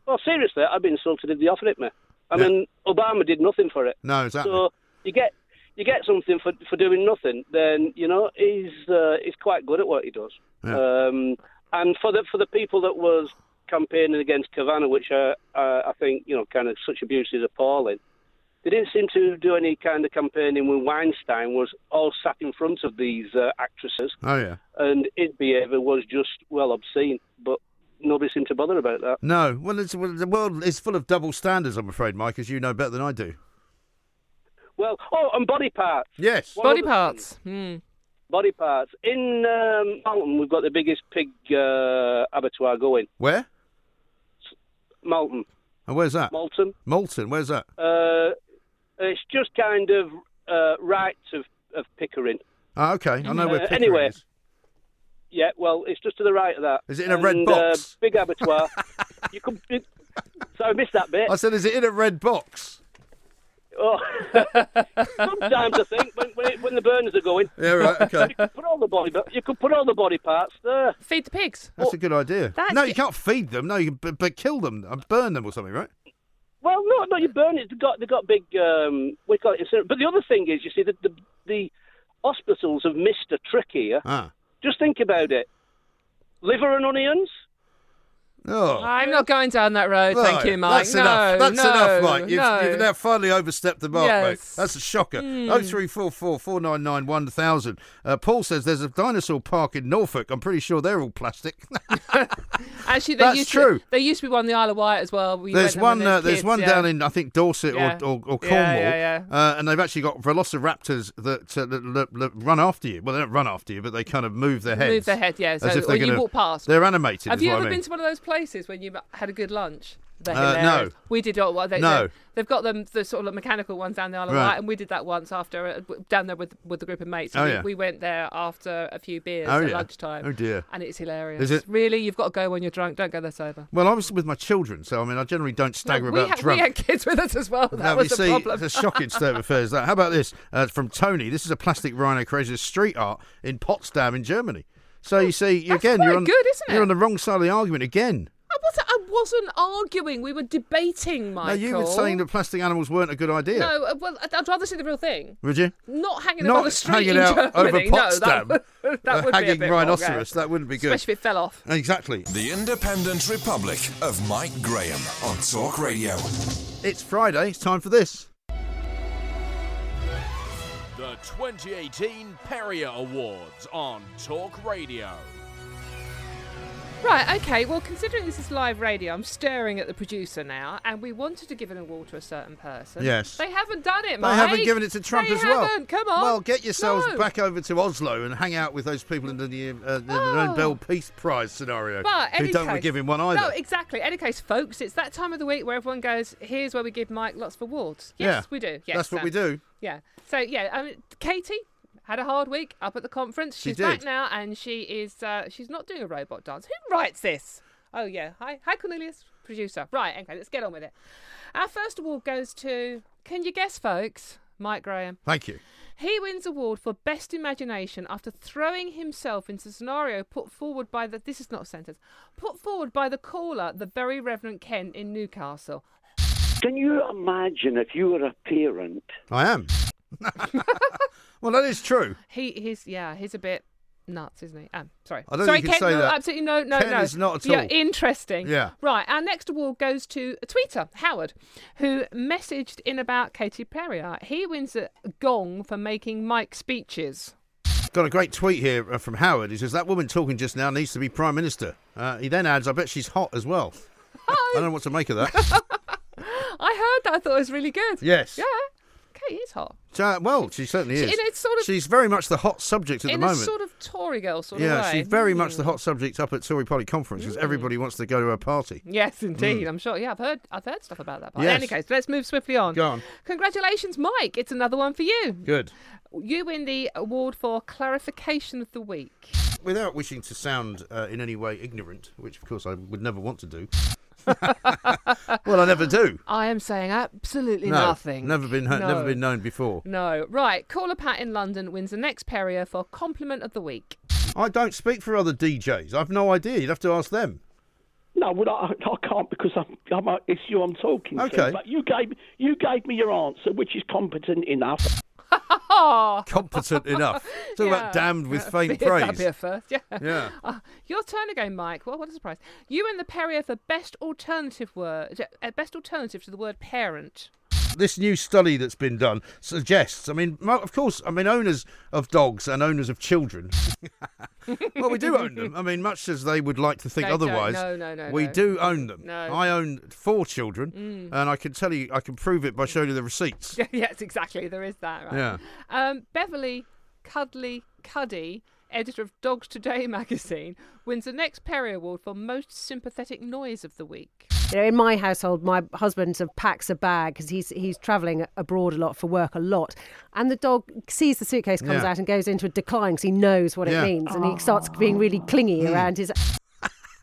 [SPEAKER 8] Well, seriously, I'd be insulted if they offered it me. I
[SPEAKER 1] Yeah.
[SPEAKER 8] mean, Obama did nothing for it.
[SPEAKER 1] No, exactly.
[SPEAKER 8] So you get you get something for for doing nothing. Then you know he's uh, he's quite good at what he does.
[SPEAKER 1] Yeah.
[SPEAKER 8] Um, and for the for the people that was campaigning against Kavanaugh, which uh, uh, I think you know kind of such abuse is appalling. They didn't seem to do any kind of campaigning when Weinstein was all sat in front of these uh, actresses,
[SPEAKER 1] oh yeah.
[SPEAKER 8] and his behaviour was just well obscene. But nobody seemed to bother about that.
[SPEAKER 1] No. Well, it's, well, the world is full of double standards. I'm afraid, Mike, as you know better than I do.
[SPEAKER 8] Well, oh, and body parts.
[SPEAKER 1] Yes.
[SPEAKER 8] What
[SPEAKER 2] Body
[SPEAKER 8] other
[SPEAKER 2] parts. Hmm.
[SPEAKER 8] Body parts. In um, Malton, we've got the biggest pig uh, abattoir going.
[SPEAKER 1] Where?
[SPEAKER 8] Malton.
[SPEAKER 1] And where's that?
[SPEAKER 8] Malton.
[SPEAKER 1] Moulton. Where's that?
[SPEAKER 8] Uh, it's just kind of uh, right of, of Pickering.
[SPEAKER 1] Ah, okay. I know where.
[SPEAKER 8] Uh,
[SPEAKER 1] Pickering
[SPEAKER 8] anyway.
[SPEAKER 1] is.
[SPEAKER 8] Yeah, well, it's just to the right of that.
[SPEAKER 1] Is it in a red
[SPEAKER 8] And,
[SPEAKER 1] box?
[SPEAKER 8] Uh, big abattoir. you could. You, so I missed that bit.
[SPEAKER 1] I said, is it in a red box?
[SPEAKER 8] Oh. Sometimes I think when, when, it, when the burners are going,
[SPEAKER 1] Yeah. Right. Okay.
[SPEAKER 8] you could put all the body. You could put all the body parts there.
[SPEAKER 2] Feed the pigs.
[SPEAKER 1] That's a good idea.
[SPEAKER 2] That's
[SPEAKER 1] No, you
[SPEAKER 2] it.
[SPEAKER 1] can't feed them. No, you can, but, but kill them, and burn them or something, right?
[SPEAKER 8] Well, no, no, you burn it. They got they got big. Um, we call it incinerator. But the other thing is, you see, the the, the hospitals have missed a trick here.
[SPEAKER 1] Ah.
[SPEAKER 8] Just think about it: liver and onions.
[SPEAKER 1] Oh.
[SPEAKER 2] I'm not going down that road. Thank
[SPEAKER 1] No,
[SPEAKER 2] you, Mike.
[SPEAKER 1] That's
[SPEAKER 2] no,
[SPEAKER 1] enough. That's
[SPEAKER 2] no,
[SPEAKER 1] enough, Mike. You've,
[SPEAKER 2] no.
[SPEAKER 1] you've now finally overstepped the mark,
[SPEAKER 2] Yes.
[SPEAKER 1] mate. That's a shocker.
[SPEAKER 2] Hmm.
[SPEAKER 1] Oh three four four four nine nine one thousand. Uh, Paul says there's a dinosaur park in Norfolk. I'm pretty sure they're all plastic.
[SPEAKER 2] Actually, there
[SPEAKER 1] That's
[SPEAKER 2] used
[SPEAKER 1] true.
[SPEAKER 2] To, there used to be one in the Isle of Wight as well. We
[SPEAKER 1] there's
[SPEAKER 2] went there when
[SPEAKER 1] one.
[SPEAKER 2] we were
[SPEAKER 1] Uh, there's
[SPEAKER 2] kids,
[SPEAKER 1] one
[SPEAKER 2] yeah.
[SPEAKER 1] down in I think Dorset
[SPEAKER 2] Yeah.
[SPEAKER 1] or, or, or Cornwall,
[SPEAKER 2] Yeah, yeah,
[SPEAKER 1] Uh, and they've actually got velociraptors that, uh, that, that, that run after you. Well, they don't run after you, but they kind of move their heads.
[SPEAKER 2] Move their head, yeah.
[SPEAKER 1] as
[SPEAKER 2] So
[SPEAKER 1] if
[SPEAKER 2] or
[SPEAKER 1] they're
[SPEAKER 2] you
[SPEAKER 1] gonna-
[SPEAKER 2] walk past.
[SPEAKER 1] They're animated.
[SPEAKER 2] Have
[SPEAKER 1] is
[SPEAKER 2] you
[SPEAKER 1] what
[SPEAKER 2] ever
[SPEAKER 1] I mean.
[SPEAKER 2] been to one of those places when you m- had a good lunch? They're
[SPEAKER 1] Uh,
[SPEAKER 2] hilarious.
[SPEAKER 1] no.
[SPEAKER 2] We did oh, well, they,
[SPEAKER 1] No.
[SPEAKER 2] they- They've got them the sort of like mechanical ones down the Isle of
[SPEAKER 1] Right.
[SPEAKER 2] Wight, and we did that once after uh, w- down there with with a group of mates.
[SPEAKER 1] Oh,
[SPEAKER 2] we,
[SPEAKER 1] yeah.
[SPEAKER 2] we went there after a few beers
[SPEAKER 1] Oh,
[SPEAKER 2] at
[SPEAKER 1] yeah.
[SPEAKER 2] lunchtime.
[SPEAKER 1] Oh, dear.
[SPEAKER 2] And it's hilarious.
[SPEAKER 1] Is it-
[SPEAKER 2] Really, you've got to go when you're drunk. Don't go there sober.
[SPEAKER 1] Well, I was with my children, so I mean, I generally don't stagger
[SPEAKER 2] we,
[SPEAKER 1] about
[SPEAKER 2] had, we
[SPEAKER 1] drunk.
[SPEAKER 2] had kids with us as well. That
[SPEAKER 1] Now,
[SPEAKER 2] was
[SPEAKER 1] you
[SPEAKER 2] the
[SPEAKER 1] see,
[SPEAKER 2] problem.
[SPEAKER 1] It's a shocking state of affairs. That. How about this uh, from Tony? This is a plastic rhino created as street art in Potsdam in Germany. So you see, you-
[SPEAKER 2] Hmm,
[SPEAKER 1] again,
[SPEAKER 2] quite
[SPEAKER 1] you're on
[SPEAKER 2] good, isn't
[SPEAKER 1] you're on
[SPEAKER 2] it?
[SPEAKER 1] the wrong side of the argument again.
[SPEAKER 2] I wasn't, I wasn't arguing. We were debating, Michael.
[SPEAKER 1] No, you were saying that plastic animals weren't a good idea.
[SPEAKER 2] No, uh, well, I'd- I'd rather see the real thing.
[SPEAKER 1] Would you?
[SPEAKER 2] Not hanging
[SPEAKER 1] Not
[SPEAKER 2] above a street
[SPEAKER 1] hanging
[SPEAKER 2] in
[SPEAKER 1] out over
[SPEAKER 2] Germany.
[SPEAKER 1] Potsdam.
[SPEAKER 2] No, that,
[SPEAKER 1] A
[SPEAKER 2] that would be a
[SPEAKER 1] hanging
[SPEAKER 2] bit
[SPEAKER 1] rhinoceros.
[SPEAKER 2] Wrong, yeah.
[SPEAKER 1] That wouldn't be good.
[SPEAKER 2] Especially if it fell off.
[SPEAKER 1] Exactly.
[SPEAKER 3] The Independent Republic of Mike Graham on Talk Radio.
[SPEAKER 1] It's Friday. It's time for this.
[SPEAKER 9] The 2018 Perrier Awards on Talk Radio.
[SPEAKER 2] Right, okay, well, considering this is live radio, I'm staring at the producer now, and we wanted to give an award to a certain person.
[SPEAKER 1] Yes.
[SPEAKER 2] They haven't done it,
[SPEAKER 1] They
[SPEAKER 2] Mike.
[SPEAKER 1] haven't given it to Trump
[SPEAKER 2] They
[SPEAKER 1] as well.
[SPEAKER 2] haven't, Come on.
[SPEAKER 1] Well, get yourselves
[SPEAKER 2] No.
[SPEAKER 1] back over to Oslo and hang out with those people in the, uh, the
[SPEAKER 2] Oh.
[SPEAKER 1] Nobel Peace Prize scenario
[SPEAKER 2] But
[SPEAKER 1] who
[SPEAKER 2] any
[SPEAKER 1] don't want to
[SPEAKER 2] case-
[SPEAKER 1] give him one either.
[SPEAKER 2] No, exactly. Any case, folks, it's that time of the week where everyone goes, here's where we give Mike lots of awards. Yes,
[SPEAKER 1] Yeah.
[SPEAKER 2] we do. Yes,
[SPEAKER 1] That's what
[SPEAKER 2] Sam.
[SPEAKER 1] we do.
[SPEAKER 2] Yeah. So, yeah, I mean, Katie had a hard week up at the conference.
[SPEAKER 1] She
[SPEAKER 2] she's back
[SPEAKER 1] did.
[SPEAKER 2] now, and she is uh, she's not doing a robot dance. Who writes this? Oh, yeah. Hi, hi Cornelius, producer. Right, okay, let's get on with it. Our first award goes to, can you guess, folks? Mike Graham.
[SPEAKER 1] Thank you.
[SPEAKER 2] He wins award for best imagination after throwing himself into scenario put forward by the this is not a sentence put forward by the caller, the very Reverend Ken in Newcastle.
[SPEAKER 10] Can you imagine if you were a parent?
[SPEAKER 1] I am. well, that is true.
[SPEAKER 2] He he's yeah he's a bit nuts, isn't he? Um, sorry,
[SPEAKER 1] I don't
[SPEAKER 2] sorry,
[SPEAKER 1] think
[SPEAKER 2] Ken.
[SPEAKER 1] you can say
[SPEAKER 2] no,
[SPEAKER 1] that.
[SPEAKER 2] Absolutely no, no,
[SPEAKER 1] Ken
[SPEAKER 2] no.
[SPEAKER 1] is not at
[SPEAKER 2] Yeah,
[SPEAKER 1] all.
[SPEAKER 2] interesting.
[SPEAKER 1] Yeah.
[SPEAKER 2] Right. Our next award goes to a tweeter, Howard, who messaged in about Katy Perry. Uh, He wins a gong for making Mike speeches.
[SPEAKER 1] Got a great tweet here uh, from Howard. He says, That woman talking just now needs to be Prime Minister. Uh, he then adds, I bet she's hot as well. I don't know what to make of that.
[SPEAKER 2] I heard that. I thought it was really good.
[SPEAKER 1] Yes.
[SPEAKER 2] Yeah. Katie is hot.
[SPEAKER 1] Uh, well, she certainly
[SPEAKER 2] She-
[SPEAKER 1] is.
[SPEAKER 2] in a sort of-
[SPEAKER 1] she's very much the hot subject at
[SPEAKER 2] in
[SPEAKER 1] the moment.
[SPEAKER 2] a sort of Tory girl sort
[SPEAKER 1] yeah,
[SPEAKER 2] of way.
[SPEAKER 1] she's very much
[SPEAKER 2] Hmm.
[SPEAKER 1] the hot subject up at Tory Party conference because everybody wants to go to her party.
[SPEAKER 2] Yes, indeed.
[SPEAKER 1] Mm.
[SPEAKER 2] I'm sure. Yeah, I've heard. I've heard stuff about that. But
[SPEAKER 1] Yes.
[SPEAKER 2] in any case, let's move swiftly on.
[SPEAKER 1] Go on.
[SPEAKER 2] Congratulations, Mike. It's another one for you.
[SPEAKER 1] Good.
[SPEAKER 2] You win the award for clarification of the week.
[SPEAKER 1] Without wishing to sound uh, in any way ignorant, which of course I would never want to do. well, I never do.
[SPEAKER 2] I am saying absolutely
[SPEAKER 1] No,
[SPEAKER 2] nothing.
[SPEAKER 1] Never been,
[SPEAKER 2] no.
[SPEAKER 1] never been known before.
[SPEAKER 2] No. Right. Caller Pat in London wins the next Perrier for compliment of the week.
[SPEAKER 1] I don't speak for other DJs. I've no idea. You'd have to ask them.
[SPEAKER 10] No, well, I, I can't because I'm, I'm a, it's you I'm talking
[SPEAKER 1] Okay.
[SPEAKER 10] to. But you gave you gave me your answer, which is competent enough.
[SPEAKER 2] Oh.
[SPEAKER 1] Competent enough.
[SPEAKER 2] Yeah.
[SPEAKER 1] Talk about damned with faint
[SPEAKER 2] That'd
[SPEAKER 1] praise.
[SPEAKER 2] be a first. Yeah.
[SPEAKER 1] Yeah.
[SPEAKER 2] Ah, your turn again, Mike. Well, what a surprise. You and the Perrier for best alternative word, uh, best alternative to the word parent.
[SPEAKER 1] This new study that's been done suggests. I mean, mo- of course, I mean owners of dogs and owners of children. well, we do own them. I mean, much as they would like to think
[SPEAKER 2] They don't.
[SPEAKER 1] otherwise,
[SPEAKER 2] No, no, no,
[SPEAKER 1] we
[SPEAKER 2] no.
[SPEAKER 1] do own them.
[SPEAKER 2] No.
[SPEAKER 1] I own four children,
[SPEAKER 2] Mm.
[SPEAKER 1] and I can tell you, I can prove it by showing you the receipts.
[SPEAKER 2] yes, exactly. There is that, right?
[SPEAKER 1] Yeah.
[SPEAKER 2] Um, Beverly Cuddly Cuddy, editor of Dogs Today magazine, wins the next Perry Award for most sympathetic noise of the week.
[SPEAKER 11] You know, in my household, my husband sort of packs a bag because he's he's travelling abroad a lot for work, a lot, and the dog sees the suitcase comes
[SPEAKER 12] Yeah.
[SPEAKER 11] out and goes into a decline because he knows what
[SPEAKER 12] Yeah. Hmm.
[SPEAKER 11] it means, and he starts being really clingy around his.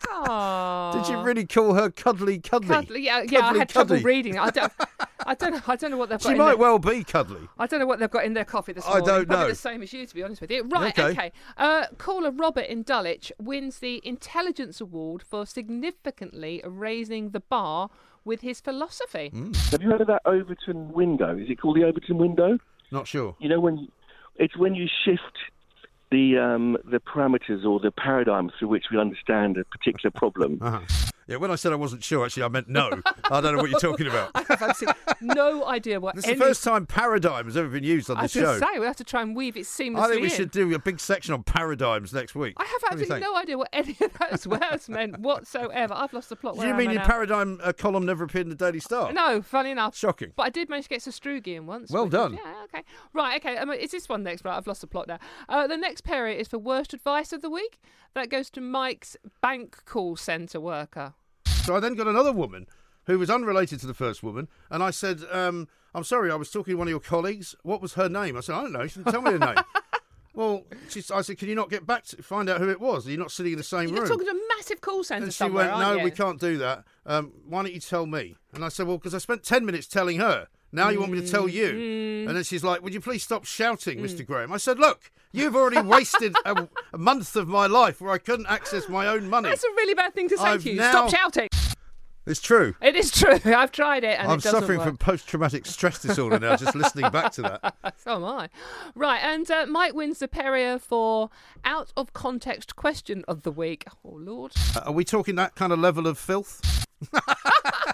[SPEAKER 1] Did you really call her cuddly cuddly?
[SPEAKER 2] Cuddly, yeah, yeah. I
[SPEAKER 1] Cuddly
[SPEAKER 2] had
[SPEAKER 1] Cuddy.
[SPEAKER 2] trouble reading. it. I don't, I don't know. I don't know what they've got.
[SPEAKER 1] She
[SPEAKER 2] in
[SPEAKER 1] might
[SPEAKER 2] there.
[SPEAKER 1] well be cuddly.
[SPEAKER 2] I don't know what they've got in their coffee this
[SPEAKER 1] I
[SPEAKER 2] morning.
[SPEAKER 1] don't
[SPEAKER 2] Probably
[SPEAKER 1] know.
[SPEAKER 2] the same as you, to be honest with you. Right,
[SPEAKER 1] Okay.
[SPEAKER 2] okay. Uh, caller Robert in Dulwich wins the Intelligence Award for significantly raising the bar with his philosophy.
[SPEAKER 1] Hmm?
[SPEAKER 13] Have you heard of that Overton window? Is it called the Overton window?
[SPEAKER 1] Not sure.
[SPEAKER 13] You know when it's when you shift the um, the parameters or the paradigm through which we understand a particular problem.
[SPEAKER 1] Yeah, when I said I wasn't sure, actually, I meant no. I don't know what you're talking about.
[SPEAKER 2] I have absolutely no idea what
[SPEAKER 1] This is
[SPEAKER 2] any.
[SPEAKER 1] the first time paradigm has ever been used on
[SPEAKER 2] I
[SPEAKER 1] this
[SPEAKER 2] was
[SPEAKER 1] show.
[SPEAKER 2] going to say we have to try and weave it seamlessly
[SPEAKER 1] I think we
[SPEAKER 2] in.
[SPEAKER 1] should do a big section on paradigms next week.
[SPEAKER 2] I have absolutely no idea what any of those words meant whatsoever. I've lost the plot.
[SPEAKER 1] Do
[SPEAKER 2] where
[SPEAKER 1] you
[SPEAKER 2] am
[SPEAKER 1] mean
[SPEAKER 2] I
[SPEAKER 1] your
[SPEAKER 2] now?
[SPEAKER 1] paradigm uh, column never appeared in the Daily Star?
[SPEAKER 2] No, funny enough.
[SPEAKER 1] Shocking.
[SPEAKER 2] But I did manage to get Sastrugi in once.
[SPEAKER 1] Well
[SPEAKER 2] which is-
[SPEAKER 1] done.
[SPEAKER 2] yeah, okay. Right, okay. Um, is this one next? Right, I've lost the plot now. Uh, the next pairing is for worst advice of the week. That goes to Mike's bank call centre worker.
[SPEAKER 1] So I then got another woman who was unrelated to the first woman, and I said, um, "I'm sorry, I was talking to one of your colleagues. What was her name?" I said, "I don't know. She didn't tell me her name." Well, she, I said, "Can you not get back to find out who it was? Are you not sitting in the same
[SPEAKER 2] You're
[SPEAKER 1] room?"
[SPEAKER 2] talking to a massive call centre
[SPEAKER 1] and she
[SPEAKER 2] somewhere,
[SPEAKER 1] went,
[SPEAKER 2] aren't
[SPEAKER 1] "No,
[SPEAKER 2] you?
[SPEAKER 1] we can't do that. Um, why don't you tell me?" And I said, "Well, because I spent ten minutes telling her. Now you want me to tell you?"
[SPEAKER 2] Mm-hmm.
[SPEAKER 1] And then she's like, "Would you please stop shouting,
[SPEAKER 2] Mm.
[SPEAKER 1] Mr. Graham?" I said, "Look, you've already wasted a, a month of my life where I couldn't access my own money.
[SPEAKER 2] That's a really bad thing to say
[SPEAKER 1] I've
[SPEAKER 2] to you.
[SPEAKER 1] now-
[SPEAKER 2] Stop shouting.
[SPEAKER 1] It's true."
[SPEAKER 2] It is true. I've tried it, and
[SPEAKER 1] I'm
[SPEAKER 2] it doesn't
[SPEAKER 1] suffering
[SPEAKER 2] work.
[SPEAKER 1] from post traumatic stress disorder now, just listening back to that.
[SPEAKER 2] So am I. Oh, Right, and uh, Mike wins the Perrier for out of context question of the week. Oh Lord,
[SPEAKER 1] Uh, Are we talking that kind of level of filth?
[SPEAKER 2] what were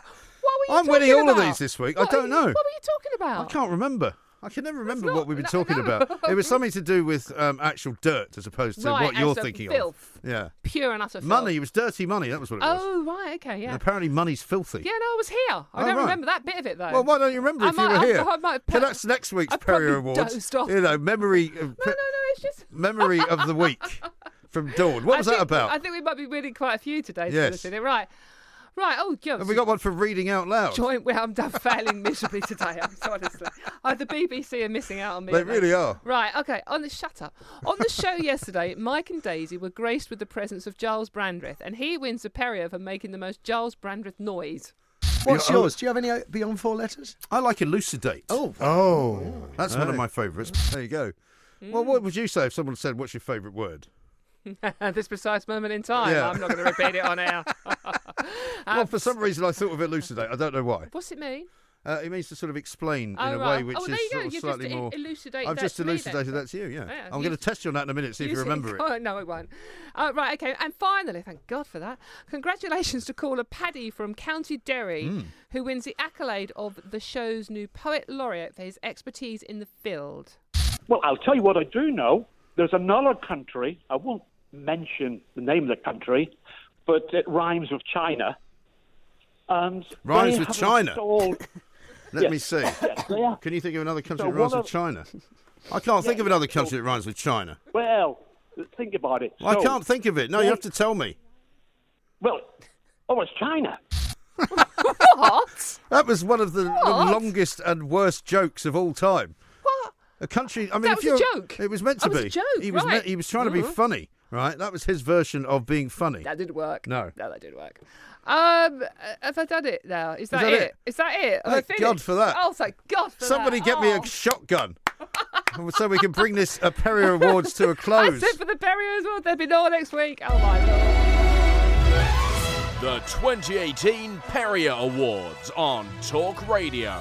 [SPEAKER 2] you
[SPEAKER 1] I'm winning
[SPEAKER 2] talking
[SPEAKER 1] all of
[SPEAKER 2] about?
[SPEAKER 1] these this week.
[SPEAKER 2] What
[SPEAKER 1] I
[SPEAKER 2] are
[SPEAKER 1] don't
[SPEAKER 2] you- What
[SPEAKER 1] know.
[SPEAKER 2] were you talking
[SPEAKER 1] I
[SPEAKER 2] about?
[SPEAKER 1] can't remember. I can never remember what we've been
[SPEAKER 2] no,
[SPEAKER 1] talking
[SPEAKER 2] no.
[SPEAKER 1] about. It was something to do with um, actual dirt as opposed to
[SPEAKER 2] Right,
[SPEAKER 1] what you're
[SPEAKER 2] as a
[SPEAKER 1] thinking
[SPEAKER 2] filth.
[SPEAKER 1] of. Yeah.
[SPEAKER 2] Pure and utter filth.
[SPEAKER 1] Money, it was dirty money, that was what it was.
[SPEAKER 2] Oh right, okay, yeah.
[SPEAKER 1] And apparently money's filthy.
[SPEAKER 2] Yeah, no, I was here. I
[SPEAKER 1] Oh,
[SPEAKER 2] don't
[SPEAKER 1] right.
[SPEAKER 2] remember that bit of it though.
[SPEAKER 1] Well, why don't you remember
[SPEAKER 2] I
[SPEAKER 1] if
[SPEAKER 2] might-
[SPEAKER 1] you were
[SPEAKER 2] I-
[SPEAKER 1] here?
[SPEAKER 2] I might-
[SPEAKER 1] So that's next week's
[SPEAKER 2] probably
[SPEAKER 1] Perrier Awards.
[SPEAKER 2] dozed off.
[SPEAKER 1] You know, memory
[SPEAKER 2] No,
[SPEAKER 1] uh,
[SPEAKER 2] no, no, it's just.
[SPEAKER 1] memory of the week from Dawn. What
[SPEAKER 2] I
[SPEAKER 1] was
[SPEAKER 2] think-
[SPEAKER 1] that about?
[SPEAKER 2] I think we might be winning quite a few today. Yes.
[SPEAKER 1] Yes.
[SPEAKER 2] It. Right. Right. Oh, yeah.
[SPEAKER 1] Have we got one for reading out loud?
[SPEAKER 2] Joint. Well, I'm done failing miserably today. I'm so honestly. Oh, the BBC are missing out on me.
[SPEAKER 1] They
[SPEAKER 2] aren't
[SPEAKER 1] really are.
[SPEAKER 2] Right. Okay. On the shut up. On the show yesterday, Mike and Daisy were graced with the presence of Giles Brandreth, and he wins the Perrier for making the most Giles Brandreth noise.
[SPEAKER 12] What's
[SPEAKER 1] Yeah, oh.
[SPEAKER 12] yours? Do you have any uh, beyond four letters?
[SPEAKER 1] I like elucidate. Oh, oh, that's one of
[SPEAKER 12] Right.
[SPEAKER 1] my favourites. There you go. Well,
[SPEAKER 2] Hmm.
[SPEAKER 1] what would you say if someone said, "What's your favourite word?"
[SPEAKER 2] At this precise moment in time,
[SPEAKER 1] Yeah.
[SPEAKER 2] I'm not going to repeat it on air. Uh,
[SPEAKER 1] well, for some reason, I thought of elucidate. I don't know why.
[SPEAKER 2] What's it mean?
[SPEAKER 1] Uh, it means to sort of explain
[SPEAKER 2] Oh,
[SPEAKER 1] in a
[SPEAKER 2] right.
[SPEAKER 1] way which
[SPEAKER 2] Oh,
[SPEAKER 1] is
[SPEAKER 2] there you go.
[SPEAKER 1] sort of
[SPEAKER 2] You've just
[SPEAKER 1] slightly
[SPEAKER 2] e-
[SPEAKER 1] more.
[SPEAKER 2] elucidated
[SPEAKER 1] I've
[SPEAKER 2] that
[SPEAKER 1] just
[SPEAKER 2] to me then.
[SPEAKER 1] elucidated that to you. Yeah,
[SPEAKER 2] Yeah,
[SPEAKER 1] I'm
[SPEAKER 2] you-
[SPEAKER 1] going to test you on that in a minute, see if you
[SPEAKER 2] see-
[SPEAKER 1] remember it.
[SPEAKER 2] Oh, no, it won't. Uh, right, okay. And finally, thank God for that. Congratulations to caller Paddy from County Derry,
[SPEAKER 1] Mm.
[SPEAKER 2] who wins the accolade of the show's new poet laureate for his expertise in the field.
[SPEAKER 6] Well, I'll tell you what I do know. There's another country, I won't mention the name of the country, but it rhymes with China. And they
[SPEAKER 1] Rhymes with
[SPEAKER 6] have
[SPEAKER 1] China?
[SPEAKER 6] installed-
[SPEAKER 1] Let
[SPEAKER 6] Yes.
[SPEAKER 1] me see.
[SPEAKER 6] yeah.
[SPEAKER 1] Can you think of another country
[SPEAKER 6] So
[SPEAKER 1] that rhymes
[SPEAKER 6] one
[SPEAKER 1] with
[SPEAKER 6] of-
[SPEAKER 1] China? I can't think of another country that rhymes with China.
[SPEAKER 6] Well, think about it.
[SPEAKER 1] I
[SPEAKER 6] So-
[SPEAKER 1] can't think of it. No, you have to tell me.
[SPEAKER 6] Well, oh, it's China.
[SPEAKER 2] What?
[SPEAKER 1] That was one of the, the
[SPEAKER 6] What?
[SPEAKER 1] longest and worst jokes of all time. What? A country. I mean,
[SPEAKER 2] That
[SPEAKER 1] if
[SPEAKER 2] was a
[SPEAKER 1] you're-
[SPEAKER 2] joke?
[SPEAKER 1] It was meant to
[SPEAKER 2] That was
[SPEAKER 1] be.
[SPEAKER 2] a joke,
[SPEAKER 1] He was.
[SPEAKER 2] right.
[SPEAKER 1] meant- he was trying to be
[SPEAKER 2] Mhm.
[SPEAKER 1] funny, right? That was his version of being funny.
[SPEAKER 2] That didn't work.
[SPEAKER 1] No.
[SPEAKER 2] No, Oh, that didn't work. Um, uh, have I done it now? Is that,
[SPEAKER 1] that
[SPEAKER 2] it?
[SPEAKER 1] it?
[SPEAKER 2] Is that it? Have I
[SPEAKER 1] Thank God
[SPEAKER 2] finished?
[SPEAKER 1] for that.
[SPEAKER 2] Oh, thank God for
[SPEAKER 1] Somebody
[SPEAKER 2] that.
[SPEAKER 1] get me
[SPEAKER 2] Oh.
[SPEAKER 1] a shotgun, so we can bring this uh, Perrier Awards to a
[SPEAKER 2] Oh, That's
[SPEAKER 1] close.
[SPEAKER 2] it for the Perrier as well. There'll be no next week. Oh, my God.
[SPEAKER 9] The 2018 Perrier Awards on Talk Radio.